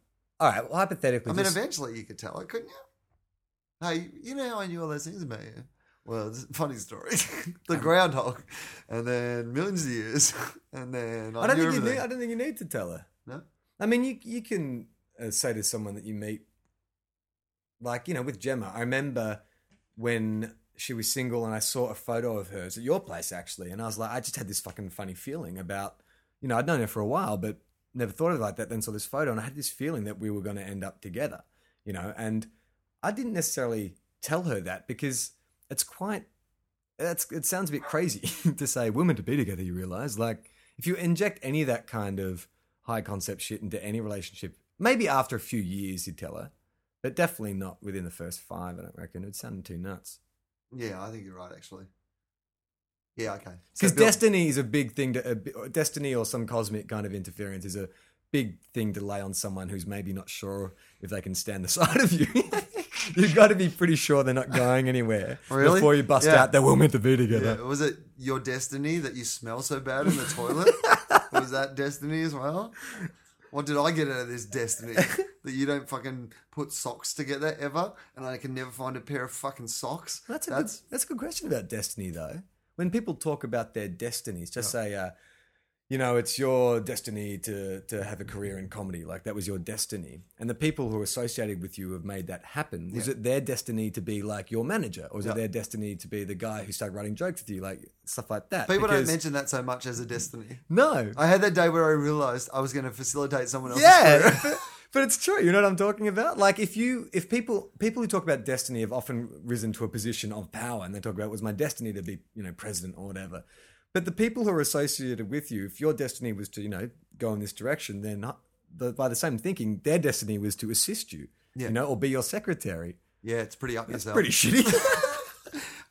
S2: All right. Well, hypothetically,
S3: I mean,
S2: just-
S3: eventually you could tell her, couldn't you? Hey, you know how I knew all those things about you? Well, it's a funny story.
S2: Um,
S3: the groundhog, and then millions of years, and then I,
S2: I don't
S3: knew
S2: think you
S3: everything.
S2: need, I don't think you need to tell her.
S3: No?
S2: I mean, you you can uh, say to someone that you meet, like you know, with Gemma. I remember when she was single, and I saw a photo of hers at your place actually, and I was like, I just had this fucking funny feeling about, you know, I'd known her for a while, but never thought of it like that. Then saw this photo, and I had this feeling that we were going to end up together, you know, and I didn't necessarily tell her that because it's quite that's it sounds a bit crazy to say women to be together you realize like if you inject any of that kind of high concept shit into any relationship maybe after a few years you'd tell her but definitely not within the first five i don't reckon it'd sound too nuts
S3: Yeah, I think you're right, actually. Yeah, okay. So
S2: because
S3: Bill-
S2: destiny is a big thing to a, bi- or destiny or some cosmic kind of interference is a big thing to lay on someone who's maybe not sure if they can stand the sight of you you've got to be pretty sure they're not going anywhere
S3: Really?
S2: before you bust
S3: Yeah.
S2: out that we're meant to be together
S3: Yeah, was it your destiny that you smell so bad in the toilet? was that destiny as well? What did I get out of this destiny? that you don't fucking put socks together ever, and I can never find a pair of fucking socks.
S2: That's a good, that's a good question about destiny, though. When people talk about their destinies, just say, uh, you know, it's your destiny to to have a career in comedy. Like that was your destiny, and the people who are associated with you have made that happen. Was it their destiny to be like your manager, or was it their destiny to be the guy who started writing jokes with you, like stuff like that?
S3: People
S2: Because-
S3: don't mention that so much as a destiny.
S2: no,
S3: I had that day where I realized I was going to facilitate someone else's
S2: yeah but, but it's true you know what i'm talking about like if you if people people who talk about destiny have often risen to a position of power and they talk about it was my destiny to be you know president or whatever but the people who are associated with you if your destiny was to you know go in this direction then not the, by the same thinking their destiny was to assist you
S3: Yeah.
S2: you know or be your secretary
S3: Yeah, it's pretty up yourself.
S2: pretty shitty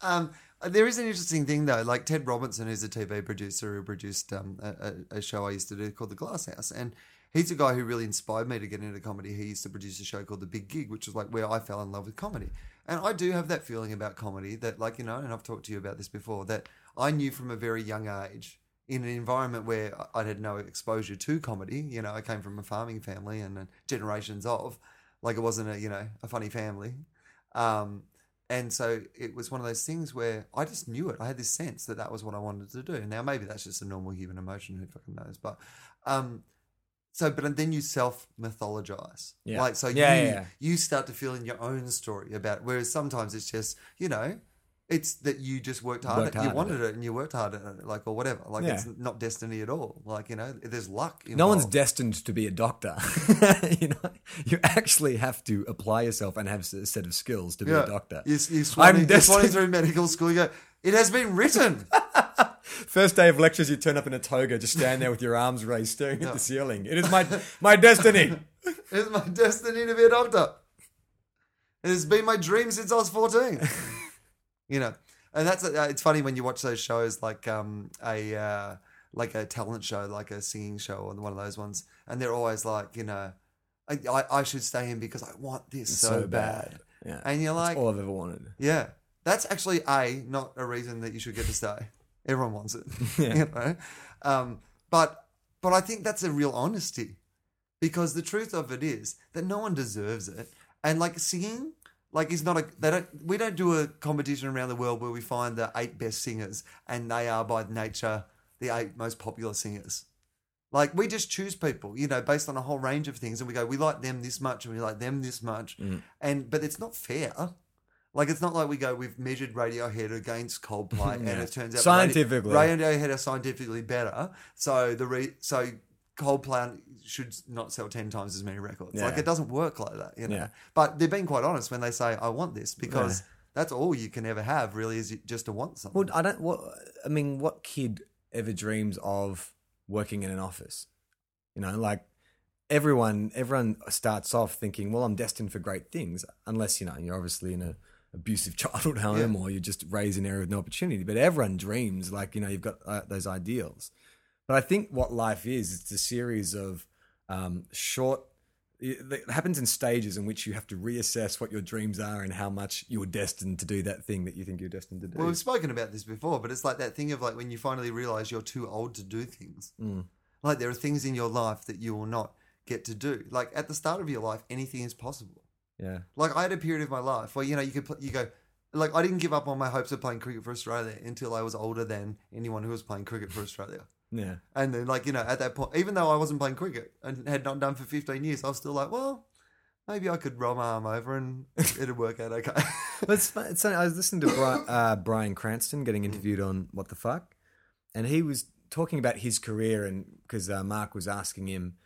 S3: Um, there is an interesting thing though. Like Ted Robinson, who's a TV producer who produced um, a, a a show I used to do called The Glass House, and he's a guy who really inspired me to get into comedy. He used to produce a show called The Big Gig, which was like where I fell in love with comedy. And I do have that feeling about comedy that, like you know, and I've talked to you about this before, that I knew from a very young age in an environment where I- I'd had no exposure to comedy. You know, I came from a farming family and uh, generations of, like it wasn't a you know a funny family. Um, and so it was one of those things where I just knew it. I had this sense that that was what I wanted to do. Now maybe that's just a normal human emotion. Who fucking knows? But um, so, but then you self mythologize,
S2: Yeah.
S3: like so
S2: Yeah,
S3: you
S2: yeah, yeah.
S3: you start to feel in your own story about. It. Whereas sometimes it's just you know. It's that you just worked hard.
S2: Worked
S3: at,
S2: hard
S3: you
S2: at
S3: wanted it and you worked hard at it, like or whatever. Like
S2: Yeah.
S3: it's not destiny at all. Like you know, there's luck. Involved.
S2: no one's destined to be a doctor you know you actually have to apply yourself and have a set of skills to be a doctor
S3: You, you swan,
S2: I'm
S3: in- you swan in
S2: destined-
S3: through medical school. You go. It has been written.
S2: First day of lectures, you turn up in a toga, just stand there with your arms raised, staring at the ceiling. It is my my destiny.
S3: It is my destiny to be a doctor. It has been my dream since I was 14. you know, and that's, uh, it's funny when you watch those shows like um, a, uh, like a talent show, like a singing show or one of those ones. And they're always like, you know, I, I, I should stay in because I want this so, bad.
S2: Yeah.
S3: And you're like,
S2: That's all I've ever wanted.
S3: yeah. That's actually a not a reason that you should get to stay. Everyone wants it, you know. Um, but but I think that's a real honesty, because the truth of it is that no one deserves it, and like singing, like is not a they don't we don't do a competition around the world where we find the eight best singers and they are by nature the eight most popular singers. Like we just choose people, you know, based on a whole range of things, and we go, we like them this much, and we like them this much, and but it's not fair. Like it's not like we go, we've measured Radiohead against Coldplay, and it turns out that Radio-
S2: Scientifically.
S3: Radiohead are scientifically better. So the re- so Coldplay should not sell ten times as many records. Like
S2: Yeah.
S3: it doesn't work like that, you know.
S2: Yeah.
S3: But they're being quite honest when they say, "I want this," because that's all you can ever have, really, is just to want something.
S2: Well, I don't. What I mean, what kid ever dreams of working in an office? You know, like everyone, everyone starts off thinking, "Well, I'm destined for great things," unless you know you're obviously in a abusive childhood home or you're just raised in an area with no opportunity. But everyone dreams, like you know, you've got uh, those ideals. But I think what life is, it's a series of um, short. It it happens in stages in which you have to reassess what your dreams are and how much you're destined to do that thing that you think you're destined to do.
S3: Well, we've spoken about this before, but it's like that thing of like when you finally realize you're too old to do things.
S2: Mm.
S3: Like there are things in your life that you will not get to do. Like at the start of your life, anything is possible.
S2: Yeah.
S3: Like I had a period of my life where you know you could pl- you go like I didn't give up on my hopes of playing cricket for Australia until I was older than anyone who was playing cricket for Australia.
S2: Yeah.
S3: And then, like, you know, at that point, even though I wasn't playing cricket and had not done for 15 years, I was still like, well, maybe I could roll my arm over and it'd work out okay.
S2: But it's, fun- it's funny. I was listening to Brian, uh, Brian Cranston getting interviewed on What the Fuck, and he was talking about his career, and because uh, Mark was asking him,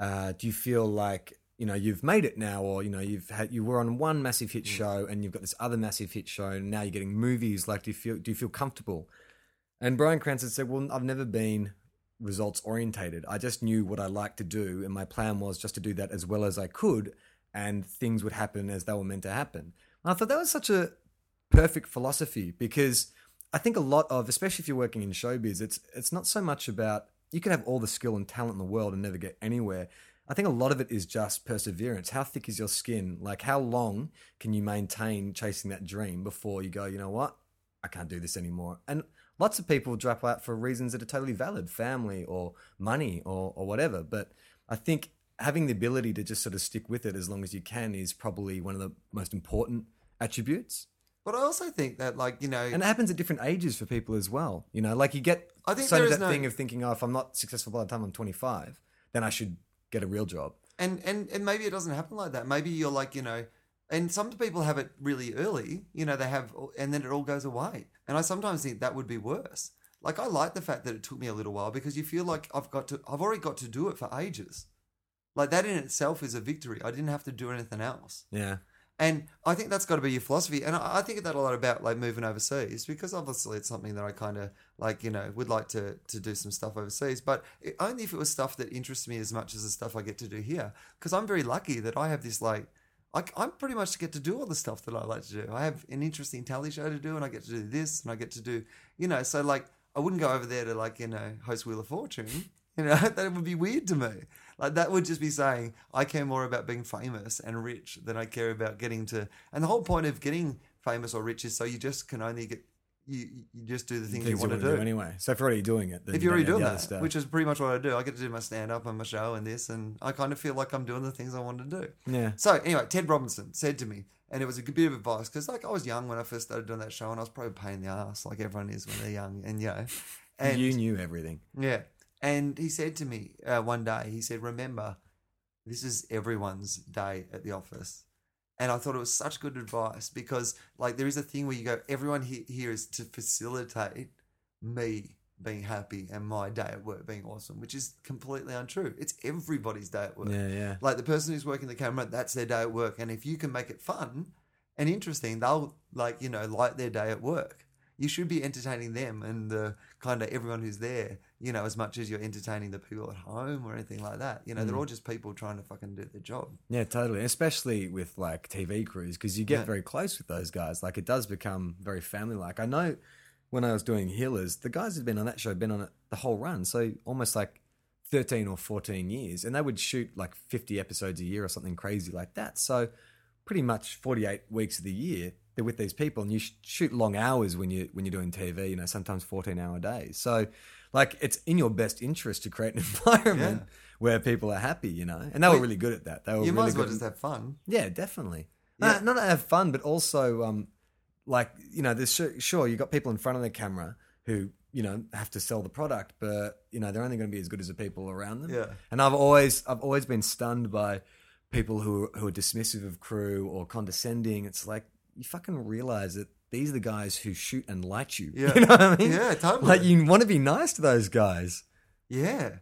S2: uh, "Do you feel like you know you've made it now, or you know you've had you were on one massive hit show, and you've got this other massive hit show, and now you're getting movies? Like, do you feel do you feel comfortable?" And Brian Cranston said, "Well, I've never been." results orientated. I just knew what I liked to do, and my plan was just to do that as well as I could, and things would happen as they were meant to happen. And I thought that was such a perfect philosophy because I think a lot of, especially if you're working in showbiz, it's it's not so much about you can have all the skill and talent in the world and never get anywhere. I think a lot of it is just perseverance. How thick is your skin? Like how long can you maintain chasing that dream before you go, you know what? I can't do this anymore. And lots of people drop out for reasons that are totally valid, family or money or, or whatever. But I think having the ability to just sort of stick with it as long as you can is probably one of the most important attributes.
S3: But I also think that, like, you know,
S2: And it happens at different ages for people as well. You know, like you get
S3: I think
S2: so
S3: there
S2: that
S3: is no-
S2: thing of thinking, oh, if I'm not successful by the time I'm 25, then I should get a real job.
S3: and and and maybe it doesn't happen like that. Maybe you're like you know, and some people have it really early. You know, they have, and then it all goes away. And I sometimes think that would be worse. Like I like the fact that it took me a little while because you feel like I've got to, I've already got to do it for ages. Like that in itself is a victory. I didn't have to do anything else.
S2: Yeah.
S3: And I think that's got to be your philosophy. And I, I think that a lot about like moving overseas because obviously it's something that I kind of like, you know, would like to to do some stuff overseas, but it, only if it was stuff that interests me as much as the stuff I get to do here. Because I'm very lucky that I have this like. I, I pretty much get to do all the stuff that I like to do. I have an interesting tally show to do, and I get to do this, and I get to do, you know. So like, I wouldn't go over there to like, you know, host Wheel of Fortune. You know, that would be weird to me. Like that would just be saying I care more about being famous and rich than I care about getting to. And the whole point of getting famous or rich is so you just can only get you you just do the things, you want to do.
S2: anyway. So if you're already doing it, then
S3: If you're
S2: you
S3: already
S2: don't
S3: doing
S2: have the other
S3: that,
S2: stuff.
S3: which is pretty much what I do, I get to do my stand up and my show and this, and I kind of feel like I'm doing the things I want to do.
S2: Yeah.
S3: So anyway, Ted Robinson said to me, and it was a good bit of advice because like I was young when I first started doing that show, and I was probably a pain in the ass like everyone is when they're young, and you know, and
S2: you knew everything.
S3: yeah. And he said to me uh, one day, he said, Remember, this is everyone's day at the office. And I thought it was such good advice because, like, there is a thing where you go, everyone he- here is to facilitate me being happy and my day at work being awesome, which is completely untrue. It's everybody's day at work.
S2: Yeah, yeah.
S3: Like the person who's working the camera, that's their day at work. And if you can make it fun and interesting, they'll like, you know, like their day at work. You should be entertaining them and the kind of everyone who's there, you know, as much as you're entertaining the people at home or anything like that. You know,
S2: Mm.
S3: they're all just people trying to fucking do their job.
S2: Yeah, totally. Especially with like TV crews, because you get
S3: Yeah.
S2: very close with those guys. Like it does become very family like. I know when I was doing Healers, the guys who'd been on that show had been on it the whole run. So almost like 13 or 14 years. And they would shoot like 50 episodes a year or something crazy like that. So pretty much 48 weeks of the year they're with these people and you sh- shoot long hours when you when you're doing TV you know sometimes 14 hour days so like it's in your best interest to create an environment
S3: Yeah.
S2: where people are happy you know and they were really good at that they were
S3: You might
S2: Oh, really
S3: as well
S2: good-
S3: just have fun.
S2: yeah, definitely.
S3: Yeah.
S2: Uh, not to have fun, but also, um, like you know, there's sure, sure you got people in front of the camera who you know have to sell the product, but you know they're only going to be as good as the people around them.
S3: Yeah.
S2: And I've always I've always been stunned by people who who are dismissive of crew or condescending. It's like you fucking realize that these are the guys who shoot and light you.
S3: Yeah.
S2: You know what I mean?
S3: Yeah, totally.
S2: Like you want to be nice to those guys.
S3: Yeah.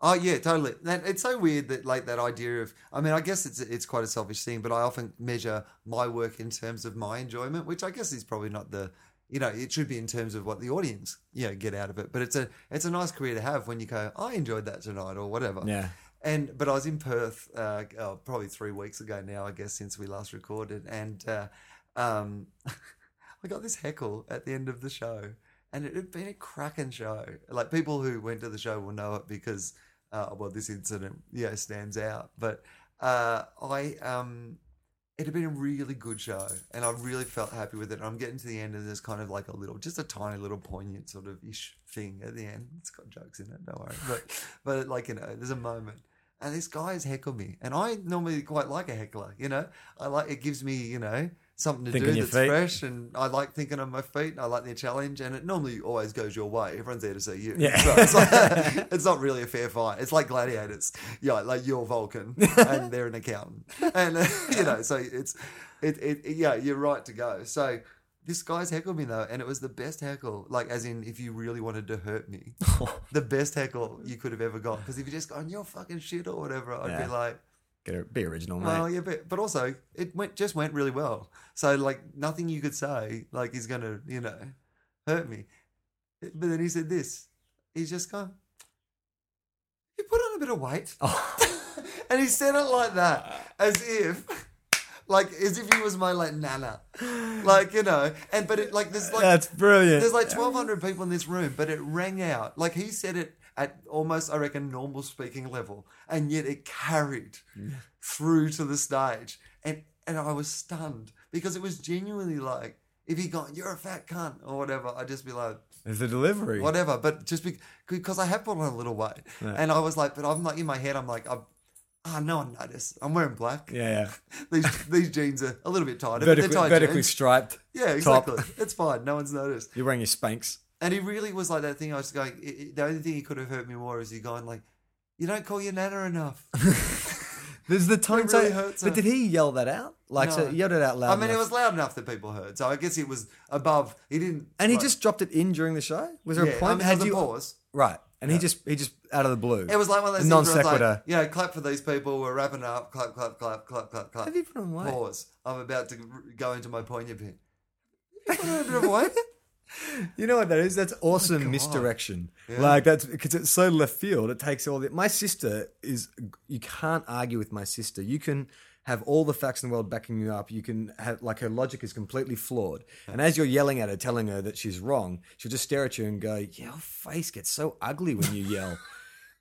S3: Oh yeah, totally. That it's so weird that like that idea of I mean, I guess it's it's quite a selfish thing, but I often measure my work in terms of my enjoyment, which I guess is probably not the you know, it should be in terms of what the audience, you know, get out of it. But it's a it's a nice career to have when you go, I enjoyed that tonight or whatever.
S2: Yeah.
S3: And but I was in Perth uh, oh, probably three weeks ago now, I guess, since we last recorded, and uh, um, I got this heckle at the end of the show, and it had been a cracking show. Like people who went to the show will know it because, uh, well, this incident yeah stands out. But uh, I um, it had been a really good show, and I really felt happy with it. And I'm getting to the end, and there's kind of like a little, just a tiny little poignant sort of ish thing at the end. It's got jokes in it, don't worry. But but like you know, there's a moment. And this guy has heckled me, and I normally quite like a heckler. You know, I like it gives me you know something to
S2: Think
S3: do
S2: on your
S3: that's
S2: feet.
S3: fresh fresh and I like thinking on my feet and I like the challenge and it normally always goes your way. Everyone's there to see you.
S2: Yeah.
S3: So it's, like- it's not really a fair fight. It's like gladiators. Yeah, like you're Vulcan and they're an accountant. And uh, you know, so it's it, it yeah, you're right to go. So this guy's heckled me though, and it was the best heckle. Like, as in, if you really wanted to hurt me, the best heckle you could have ever got. Because if you just gone, you're fucking shit or whatever, I'd
S2: Yeah.
S3: be like,
S2: Get it, be original, mate.
S3: well, Oh, yeah, but, but also it went just went really well. So like nothing you could say like is gonna you know hurt me. But then he said this. He's just gone. You put on a bit of weight,
S2: Oh.
S3: and he said it like that, as if, like as if he was my like nana, like you know. And but it like there's like
S2: That's brilliant.
S3: there's like 1,200 people in this room, but it rang out. Like he said it at almost, I reckon, normal speaking level, and yet it carried through to the stage. And and I was stunned because it was genuinely like, if he gone, you're a fat cunt or whatever, I'd just be like,
S2: There's the delivery.
S3: whatever. But just be, because I have put on a little weight, and I was like, but I'm like in my head, I'm like, I've ah, no one noticed. I'm wearing black.
S2: Yeah,
S3: These these jeans are a little bit tighter.
S2: yeah.
S3: but they're
S2: Vertically,
S3: tight
S2: vertically
S3: jeans.
S2: striped.
S3: Yeah,
S2: top.
S3: exactly. It's fine. No one's noticed.
S2: You're wearing your Spanx.
S3: And he really was like that thing. I was going. It, it- the only thing he could have hurt me more is he going like, "You don't call your nana enough."
S2: There's the time.
S3: really hurts
S2: but
S3: her.
S2: did he yell that out? Like so
S3: No.
S2: he yelled it out loud.
S3: I mean, it
S2: enough.
S3: was loud enough that people heard. So I guess it was above. He didn't.
S2: And he
S3: like-
S2: just dropped it in during the show. Was there
S3: yeah,
S2: a
S3: I mean,
S2: point?
S3: there was a pause.
S2: right? And he just he just out of the blue.
S3: It was like one of
S2: A
S3: those
S2: non
S3: non
S2: sequitur.
S3: Like, yeah, clap for these people. We're wrapping up. Clap, clap, clap, clap, clap, clap.
S2: Have you put on weight?
S3: Pause. I'm about to r- go into my poignard pit. Have you put on a bit of weight?
S2: You know what that is? That's awesome misdirection. Like that's because it's so left field. It takes all the. My sister is. You can't argue with my sister. You can have all the facts in the world backing you up. You can have like her logic is completely flawed. And as you're yelling at her, telling her that she's wrong, she'll just stare at you and go, "Yeah, "Your face gets so ugly when you yell,"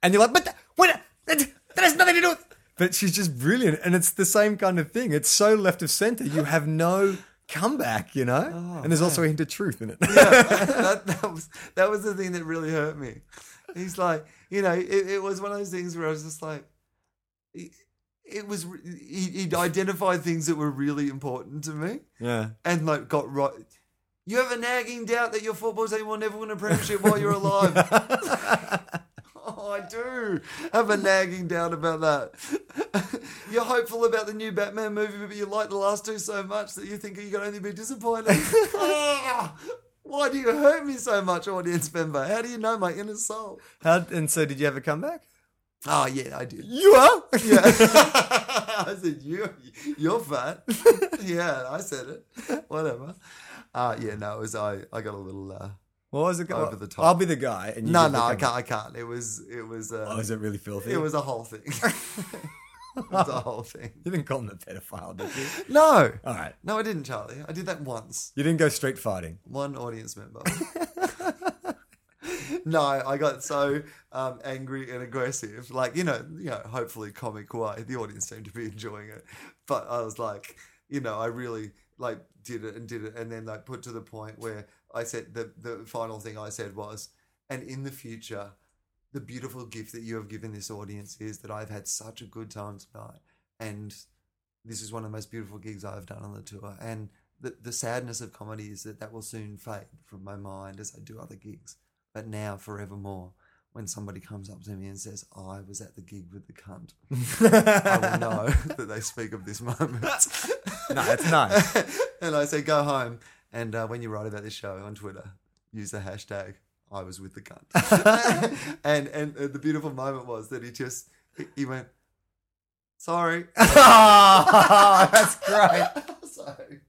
S2: and you're like, "But that, what? That, that has nothing to do with." But she's just brilliant, and it's the same kind of thing. It's so left of center. You have no comeback, you know. and there's also a hint of truth in it.
S3: that, that was that was the thing that really hurt me. He's like, you know, it, it was one of those things where I was just like, it, it was re- he, he identified things that were really important to me,
S2: yeah.
S3: and like got right. You have a nagging doubt that your football team will never win a premiership while you're alive. oh, I do have a nagging doubt about that. you're hopeful about the new Batman movie, but you like the last two so much that you think you can only be disappointed. Ah! why do you hurt me so much, audience member? How do you know my inner soul?
S2: How, and so, did you ever come back?
S3: Oh, yeah, I did.
S2: You are.
S3: Yeah. I said, you, you're fat. yeah, I said it. Whatever. Uh, yeah, no, it was, I, I got a little, uh,
S2: What was it? go-
S3: Over the top.
S2: I'll be the guy. And you
S3: no,
S2: did the
S3: no,
S2: comeback.
S3: I can't, I can't. It was, it was, uh,
S2: Oh, is it really filthy?
S3: it was a whole thing. it was a whole thing.
S2: You didn't call him a pedophile, did you?
S3: No.
S2: All right.
S3: No, I didn't, Charlie. I did that once.
S2: You didn't go street fighting.
S3: One audience member. no, I got so um, angry and aggressive. Like, you know, you know, hopefully comic way. The audience seemed to be enjoying it. But I was like, you know, I really like did it and did it and then like put to the point where I said the the final thing I said was, and in the future, the beautiful gift that you have given this audience is that I've had such a good time tonight. And this is one of the most beautiful gigs I've done on the tour. And the, the sadness of comedy is that that will soon fade from my mind as I do other gigs. But now, forevermore, when somebody comes up to me and says, I was at the gig with the cunt, I will know that they speak of this moment.
S2: No, it's nice.
S3: and I say, go home. And uh, when you write about this show on Twitter, use the hashtag I was with the cunt. and, and uh, the beautiful moment was that he just, he- he went, sorry.
S2: oh, that's great.
S3: Sorry.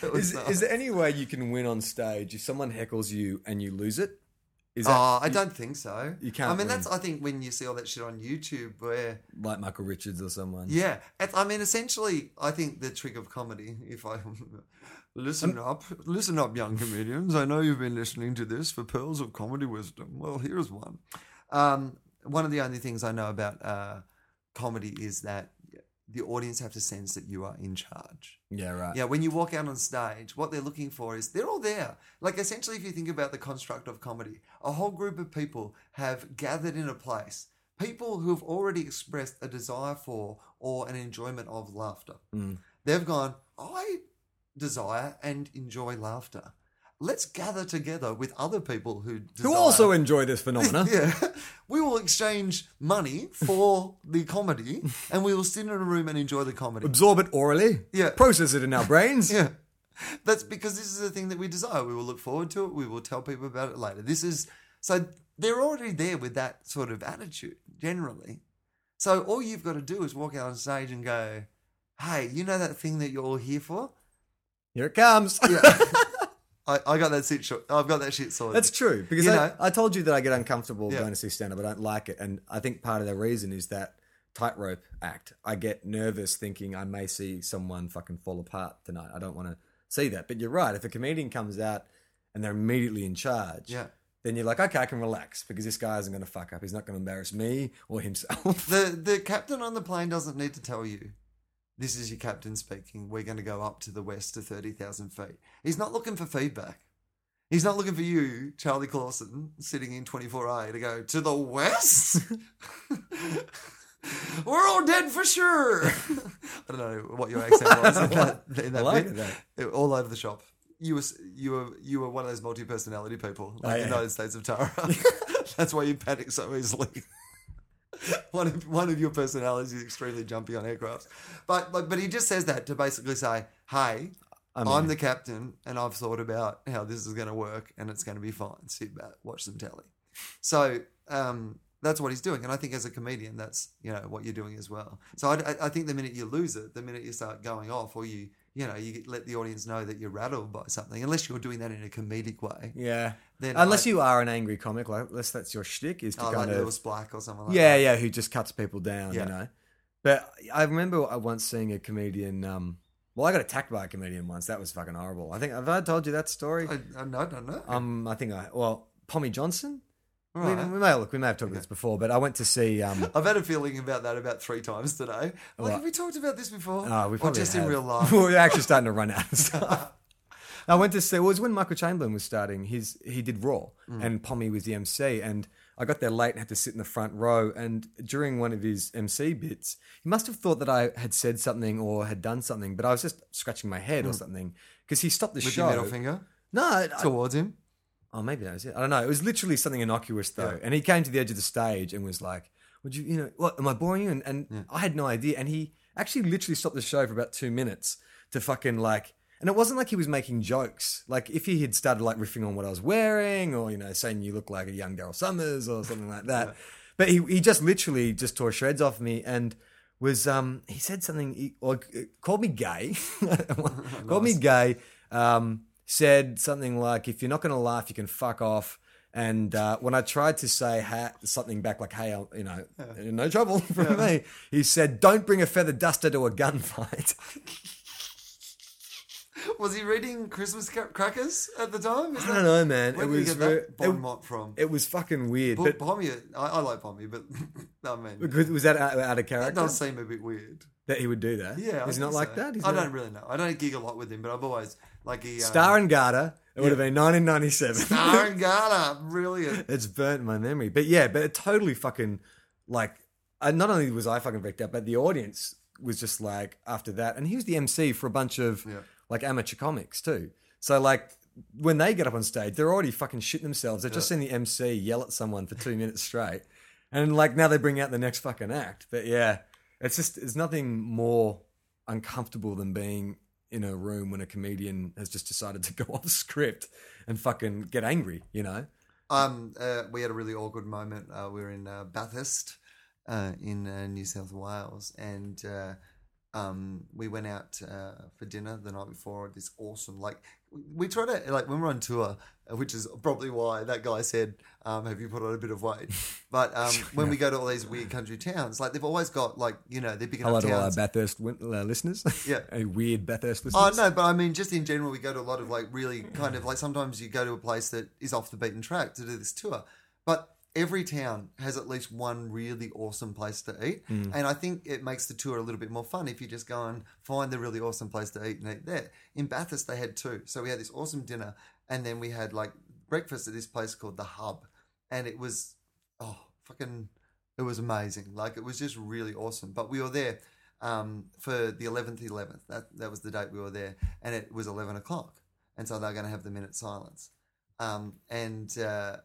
S3: That was
S2: Is,
S3: nice.
S2: is there any way you can win on stage if someone heckles you and you lose it? Is that
S3: Oh, I don't think so.
S2: you can't
S3: I mean,
S2: win.
S3: that's I think when you see all that shit on YouTube, where
S2: like Michael Richards or someone?
S3: yeah, It's- I mean, essentially, I think the trick of comedy. If I listen up, listen up, young comedians. I know you've been listening to this for pearls of comedy wisdom. Well, here's one. Um, one of the only things I know about uh, comedy is that the audience have to sense that you are in charge.
S2: Yeah, right.
S3: Yeah, when you walk out on stage, what they're looking for is they're all there. Like essentially, if you think about the construct of comedy, a whole group of people have gathered in a place. People who have already expressed a desire for or an enjoyment of laughter.
S2: Mm.
S3: They've gone, I desire and enjoy laughter. Let's gather together with other people who desire.
S2: Who also enjoy this phenomena?
S3: Yeah. We will exchange money for the comedy and we will sit in a room and enjoy the comedy.
S2: Absorb it orally.
S3: Yeah.
S2: Process it in our brains.
S3: Yeah. That's because this is the thing that we desire. We will look forward to it. We will tell people about it later. This is so they're already there with that sort of attitude generally. So all you've got to do is walk out on stage and go, "Hey, you know that thing that you're all here for?
S2: Here it comes.
S3: I, I got that shit. Short, I've got that shit sorted."
S2: That's true because
S3: You
S2: I,
S3: know-
S2: I told you that I get uncomfortable
S3: Yeah.
S2: going to see stand up. I don't like it, and I think part of the reason is that tightrope act. I get nervous thinking I may see someone fucking fall apart tonight. I don't want to see that. But you're right. If a comedian comes out and they're immediately in charge,
S3: Yeah.
S2: then you're like, okay, I can relax because this guy isn't going to fuck up. He's not going to embarrass me or himself.
S3: The the captain on the plane doesn't need to tell you. This is your captain speaking. We're going to go up to the west to thirty thousand feet. He's not looking for feedback. He's not looking for you, Charlie Clausen, sitting in twenty four A to go to the west. We're all dead for sure. I don't know what your accent was. in that, in that
S2: I like
S3: bit.
S2: that.
S3: It- All over the shop. You were s- you were you were one of those multi personality people, like
S2: yeah.
S3: the United States of Tara. That's why you panic so easily. one of one of your personalities is extremely jumpy on aircrafts, but but, but he just says that to basically say, "Hey, I'm, the captain, and I've thought about how this is going to work, and it's going to be fine. Sit back, watch some telly." So um, that's what he's doing, and I think as a comedian, that's you know what you're doing as well. So I, I- I think the minute you lose it, the minute you start going off, or you you know you let the audience know that you're rattled by something, unless you're doing that in a comedic way.
S2: Yeah.
S3: Then
S2: unless
S3: I-
S2: you are an angry comic, like unless that's your shtick, is to
S3: Oh,
S2: kind
S3: like
S2: of
S3: Lewis Black or something like
S2: yeah,
S3: that.
S2: yeah, who just cuts people down,
S3: Yeah.
S2: you know. But I remember I once seeing a comedian. Um, well, I got attacked by a comedian once. That was fucking horrible. I think have I told you that story?
S3: I, I, no, I don't know.
S2: um, I think I well, Pommy Johnson.
S3: All
S2: We,
S3: right.
S2: we may look, we may have talked about this before, but I went to see. Um,
S3: I've had a feeling about that about three times today. Like,
S2: Right.
S3: have we talked about this before?
S2: oh, we
S3: or
S2: probably
S3: just in
S2: have.
S3: real life?
S2: We're actually starting to run out of stuff. I went to see. Well, it was when Michael Chamberlain was starting. His he did Raw, and Pommy was the MC. And I got there late and had to sit in the front row. And during one of his MC bits, he must have thought that I had said something or had done something, but I was just scratching my head or something because he stopped the
S3: With
S2: show.
S3: your middle finger
S2: No, I-
S3: towards him.
S2: Oh, maybe that was it. I don't know. It was literally something innocuous though.
S3: Yeah.
S2: And he came to the edge of the stage and was like, "Would you, you know, what am I boring you?" And, and I had no idea. And he actually literally stopped the show for about two minutes to fucking like. And it wasn't like he was making jokes. Like if he had started like riffing on what I was wearing, or you know, saying you look like a young Daryl Summers or something like that. But he he just literally just tore shreds off me and was um he said something he, or uh, called me gay called me gay um said something like if you're not going to laugh you can fuck off and uh, when I tried to say ha- something back like hey I'll, you know no trouble from me he said don't bring a feather duster to a gunfight
S3: Was he reading Christmas ca- crackers at the time? Is
S2: I don't know man
S3: Where
S2: it
S3: did you
S2: was
S3: get
S2: ver-
S3: that bon mot from?
S2: it, it was fucking weird
S3: Bo-
S2: but
S3: Pommy, I, I like Pommy, but I mean,
S2: was that out, out of
S3: that
S2: character
S3: does seem a bit weird.
S2: that he would do that
S3: Yeah, I
S2: he's not
S3: think
S2: like
S3: so.
S2: that he's
S3: I
S2: not-
S3: don't really know. I don't gig a lot with him, but I've always like he um,
S2: Star and Garter it would have been 1997
S3: Star and Garner, brilliant.
S2: it's burnt my memory. But yeah, but it totally fucking like I, not only was I fucking wrecked out, but the audience was just like after that. And he was the MC for a bunch of
S3: Yeah.
S2: like amateur comics too. So like when they get up on stage, they're already fucking shitting themselves. They've just seen the MC yell at someone for two minutes straight, and like now they bring out the next fucking act. But yeah, it's just it's nothing more uncomfortable than being in a room when a comedian has just decided to go off script and fucking get angry, you know?
S3: Um, uh, we had a really awkward moment. Uh, we were in uh, Bathurst uh, in uh, New South Wales, and uh, um, we went out uh, for dinner the night before. at This awesome, like, we try to like when we're on tour, uh, which is probably why that guy said, um, "Have you put on a bit of weight?" But um, when we go to all these weird country towns, like they've always got like you know they're big
S2: Hello
S3: enough
S2: to all our
S3: towns.
S2: Bathurst win- uh, listeners.
S3: Yeah.
S2: Uh, weird Bathurst listeners.
S3: Oh no, but I mean, just in general, we go to a lot of like really kind of like sometimes you go to a place that is off the beaten track to do this tour, but every town has at least one really awesome place to eat, and I think it makes the tour a little bit more fun if you just go and find the really awesome place to eat and eat there. In Bathurst, they had two, so we had this awesome dinner, and then we had like breakfast at this place called the Hub, and it was oh fucking it was amazing like it was just really awesome but we were there um, for the 11th 11th that, that was the date we were there and it was 11 o'clock and so they're going to have the minute silence um, and uh,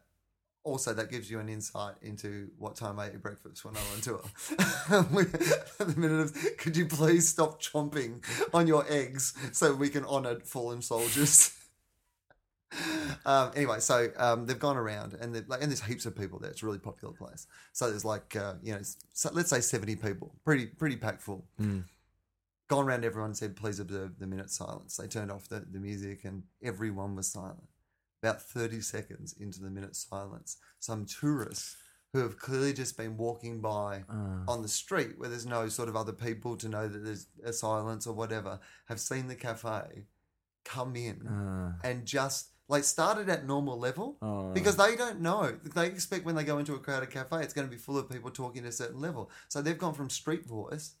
S3: also that gives you an insight into what time I eat breakfast when I'm on tour. the minute of, could you please stop chomping on your eggs so we can honour fallen soldiers? Um, anyway, so um, they've gone around and they've- like, and there's heaps of people there. It's a really popular place. So there's like uh, you know, s- so let's say seventy people, pretty pretty packed full. Gone around, everyone said, "Please observe the minute silence." They turned off the, the music and everyone was silent. About thirty seconds into the minute silence, some tourists who have clearly just been walking by on the street where there's no sort of other people to know that there's a silence or whatever have seen the cafe come
S2: Uh,
S3: in
S2: Ah.
S3: and just like started at normal level
S2: Oh,
S3: because they don't know. They expect when they go into a crowded cafe, it's going to be full of people talking at a certain level. So they've gone from street voice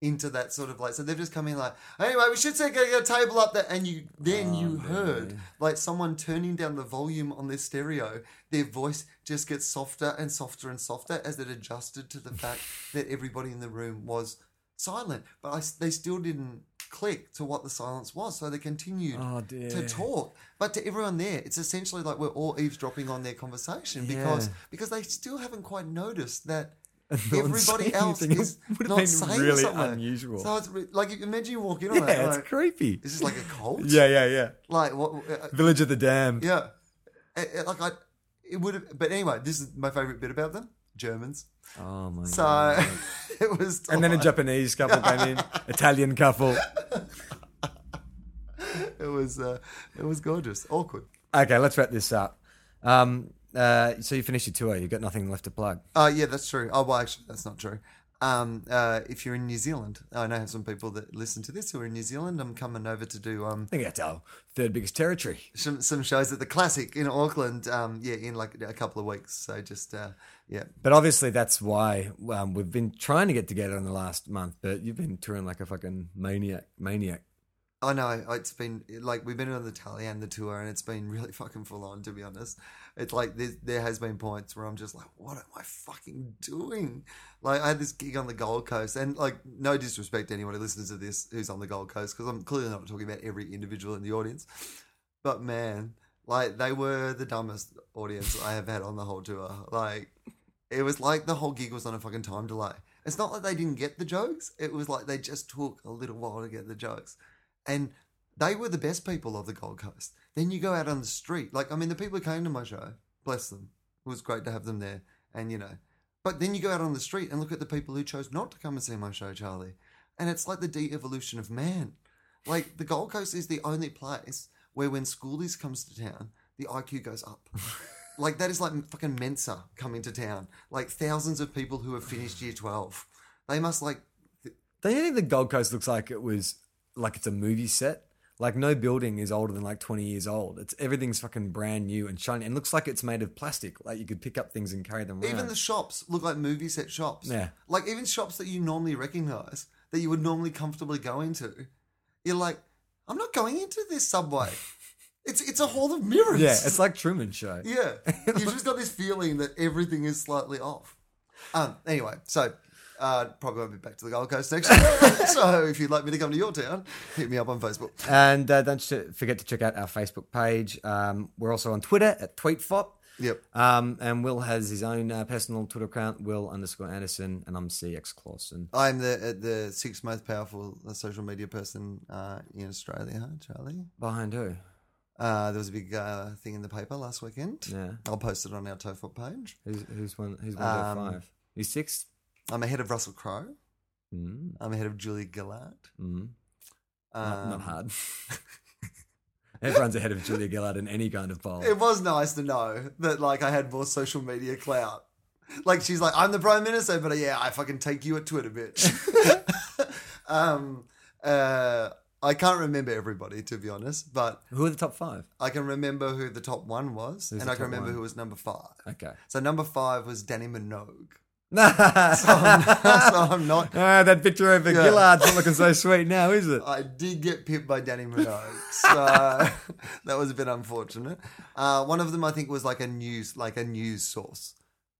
S3: into that sort of like so they've just come in like anyway we should set- get, get a table up there and you
S2: Oh,
S3: then you heard like someone turning down the volume on their stereo their voice just gets softer and softer and softer as it adjusted to the fact that everybody in the room was silent but I s they still didn't click to what the silence was so they continued
S2: Oh, dear.
S3: to talk but to everyone there it's essentially like we're all eavesdropping on their conversation because
S2: Yeah.
S3: because they still haven't quite noticed that
S2: No one's
S3: everybody
S2: saying
S3: else
S2: anything. It
S3: is
S2: would've
S3: not
S2: been
S3: saying
S2: really
S3: something.
S2: unusual.
S3: So it's re- like imagine you walk in on that.
S2: Yeah, it's
S3: like,
S2: creepy.
S3: Is this like a cult?
S2: Yeah, yeah, yeah.
S3: Like what? Uh,
S2: Village of the Dam.
S3: yeah. Uh, uh, like I, it would have. But anyway, this is my favorite bit about them: Germans.
S2: Oh my
S3: So it was.
S2: Mm. And then a Japanese couple came in, Italian couple.
S3: It was. Uh, it was gorgeous. Awkward.
S2: Okay, let's wrap this up. Um, uh, so you finished your tour. You've got nothing left to plug.
S3: Uh, yeah, that's true. Oh, well, actually, that's not true. Um, uh, if you're in New Zealand, I know I have some people that listen to this who are in New Zealand. I'm coming over to do um,
S2: I think that's our third biggest territory.
S3: some some shows at the Classic in Auckland. Um, yeah, in like a couple of weeks. So just uh, yeah,
S2: But obviously, that's why um, we've been trying to get together in the last month. But you've been touring like a fucking maniac, maniac.
S3: I know it's been like we've been on the tally and the tour, and it's been really fucking full on. To be honest, it's like there, there has been points where I'm just like, what am I fucking doing? Like I had this gig on the Gold Coast, and like no disrespect to anyone who listens to this who's on the Gold Coast, because I'm clearly not talking about every individual in the audience, but man, like they were the dumbest audience I have had on the whole tour. Like it was like the whole gig was on a fucking time delay. It's not like they didn't get the jokes. It was like they just took a little while to get the jokes. And they were the best people of the Gold Coast. Then you go out on the street. Like, I mean, the people who came to my show, bless them. It was great to have them there. And, you know, but then you go out on the street and look at the people who chose not to come and see my show, Charlie. And it's like the de evolution of man. Like, the Gold Coast is the only place where when schoolies comes to town, the IQ goes up. like, that is like fucking Mensa coming to town. Like, thousands of people who have finished year 12. They must, like,
S2: Don't you think the Gold Coast looks like it was like it's a movie set? Like no building is older than like twenty years old. It's everything's fucking brand new and shiny, and looks like it's made of plastic. Like you could pick up things and carry them around.
S3: Even the shops look like movie set shops.
S2: Yeah.
S3: Like even shops that you normally recognize that you would normally comfortably go into. You're like, I'm not going into this subway. it's it's a hall of mirrors.
S2: yeah, it's like Truman Show.
S3: Yeah. You've just got this feeling that everything is slightly off. Um, anyway, so uh, probably won't be back to the Gold Coast next year. so if you'd like me to come to your town, hit me up on Facebook.
S2: And uh, don't sh- forget to check out our Facebook page. Um, we're also on Twitter at TweetFop.
S3: Yep.
S2: Um, and Will has his own uh, personal Twitter account, Will underscore Anderson, and I'm CX Clausen.
S3: I'm the uh, the sixth most powerful uh, social media person uh, in Australia, Charlie.
S2: Behind who?
S3: Uh, there was a big uh, thing in the paper last weekend.
S2: Yeah.
S3: I'll post it on our TOEFL page.
S2: Who's, who's one? Who's one of
S3: Um,
S2: five? Who's six?
S3: I'm ahead of Russell Crowe.
S2: Mm,
S3: I'm ahead of Julia Gillard.
S2: mm,
S3: Um,
S2: not, not hard. Everyone's ahead of Julia Gillard in any kind of poll.
S3: It was nice to know that like I had more social media clout. Like she's like, I'm the prime minister, but uh, yeah, I fucking take you at Twitter, bitch. um, uh, I can't remember everybody to be honest, but
S2: Who are the top five?
S3: I can remember who the top one was,
S2: Who's
S3: and
S2: the
S3: I can
S2: top
S3: remember
S2: one?
S3: who was number five.
S2: Okay.
S3: So number five was Danny Minogue. so
S2: ah,
S3: I'm not
S2: that picture over
S3: Yeah.
S2: Gillard's not looking so sweet now, is it?
S3: I did get pipped by Danny Minogue, so that was a bit unfortunate. Uh, one of them, I think, was like a news, like a news source,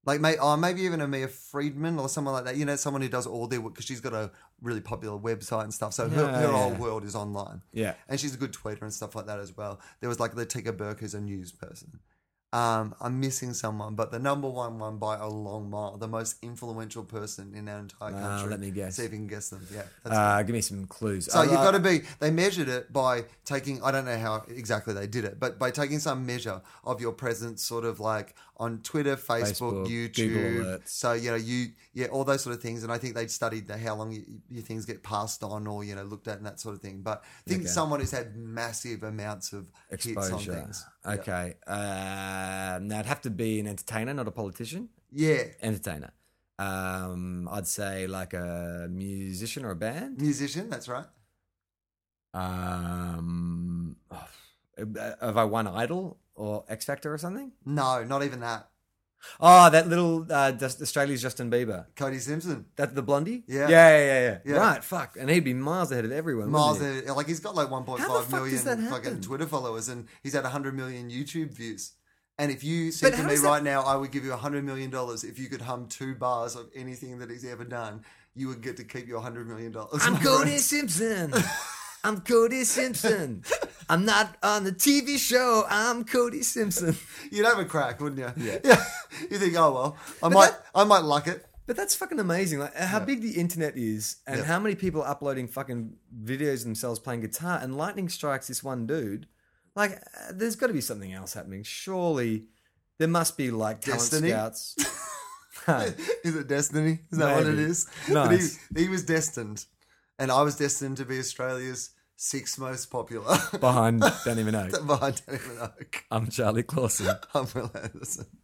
S3: like may, or maybe even a Mia Friedman or someone like that. You know, someone who does all their work because she's got a really popular website and stuff. So her,
S2: Yeah,
S3: her
S2: yeah.
S3: whole world is online.
S2: Yeah.
S3: and she's a good tweeter and stuff like that as well. There was like Letitia Burke, who's a news person. Um, I'm missing someone, but the number one one by a long mile, the most influential person in our entire
S2: Ah,
S3: country.
S2: let me guess.
S3: See if you can guess them. Yeah, that's
S2: Uh, give me some clues. Uh,
S3: so you've got to be. They measured it by taking. I don't know how exactly they did it, but by taking some measure of your presence, sort of like on Twitter,
S2: Facebook, Google
S3: Facebook, YouTube.
S2: alerts.
S3: So you know you yeah all those sort of things, and I think they studied the, how long you, your things get passed on or you know looked at and that sort of thing. But I think
S2: Okay.
S3: someone who's had massive amounts of hits on
S2: exposure.
S3: things.
S2: Okay. Uh, now it'd have to be an entertainer, not a politician.
S3: Yeah,
S2: Entertainer. Um, I'd say like a musician or a band.
S3: musician. That's right.
S2: Um, have I won Idol or X Factor or something?
S3: No, not even that.
S2: Oh, that little uh, Dust- Australia's Justin Bieber.
S3: Cody Simpson.
S2: That the blondie? yeah,
S3: Yeah.
S2: yeah, yeah, yeah.
S3: Yeah.
S2: Right, fuck. And he'd be miles ahead of everyone.
S3: Miles,
S2: wouldn't
S3: uh, like he's got like 1.5
S2: How the
S3: million
S2: fuck does that happen?
S3: fucking Twitter followers, and he's had 100 million YouTube views. And if you
S2: But
S3: said to
S2: how
S3: me
S2: does that-
S3: right now, I would give you 100 million dollars if you could hum two bars of anything that he's ever done, you would get to keep your 100 million dollars.
S2: he? I'm Cody Simpson. I'm Cody Simpson. I'm not on the TV show. I'm Cody Simpson.
S3: You'd have a crack, wouldn't you? Yeah. you think, oh well, I might,
S2: that-
S3: I might luck it.
S2: But that's fucking amazing. Like how big the internet is and
S3: Yeah.
S2: how many people are uploading fucking videos of themselves playing guitar and lightning strikes this one dude. Like uh, there's got to be something else happening. Surely there must be like talent
S3: Destiny?
S2: scouts.
S3: is it destiny? Is that what it
S2: Maybe.
S3: is?
S2: Nice.
S3: But he, he was destined, and I was destined to be Australia's sixth most popular
S2: Behind don't even know.
S3: behind Danny Minogue.
S2: I'm Charlie Clausen.
S3: I'm Will Anderson.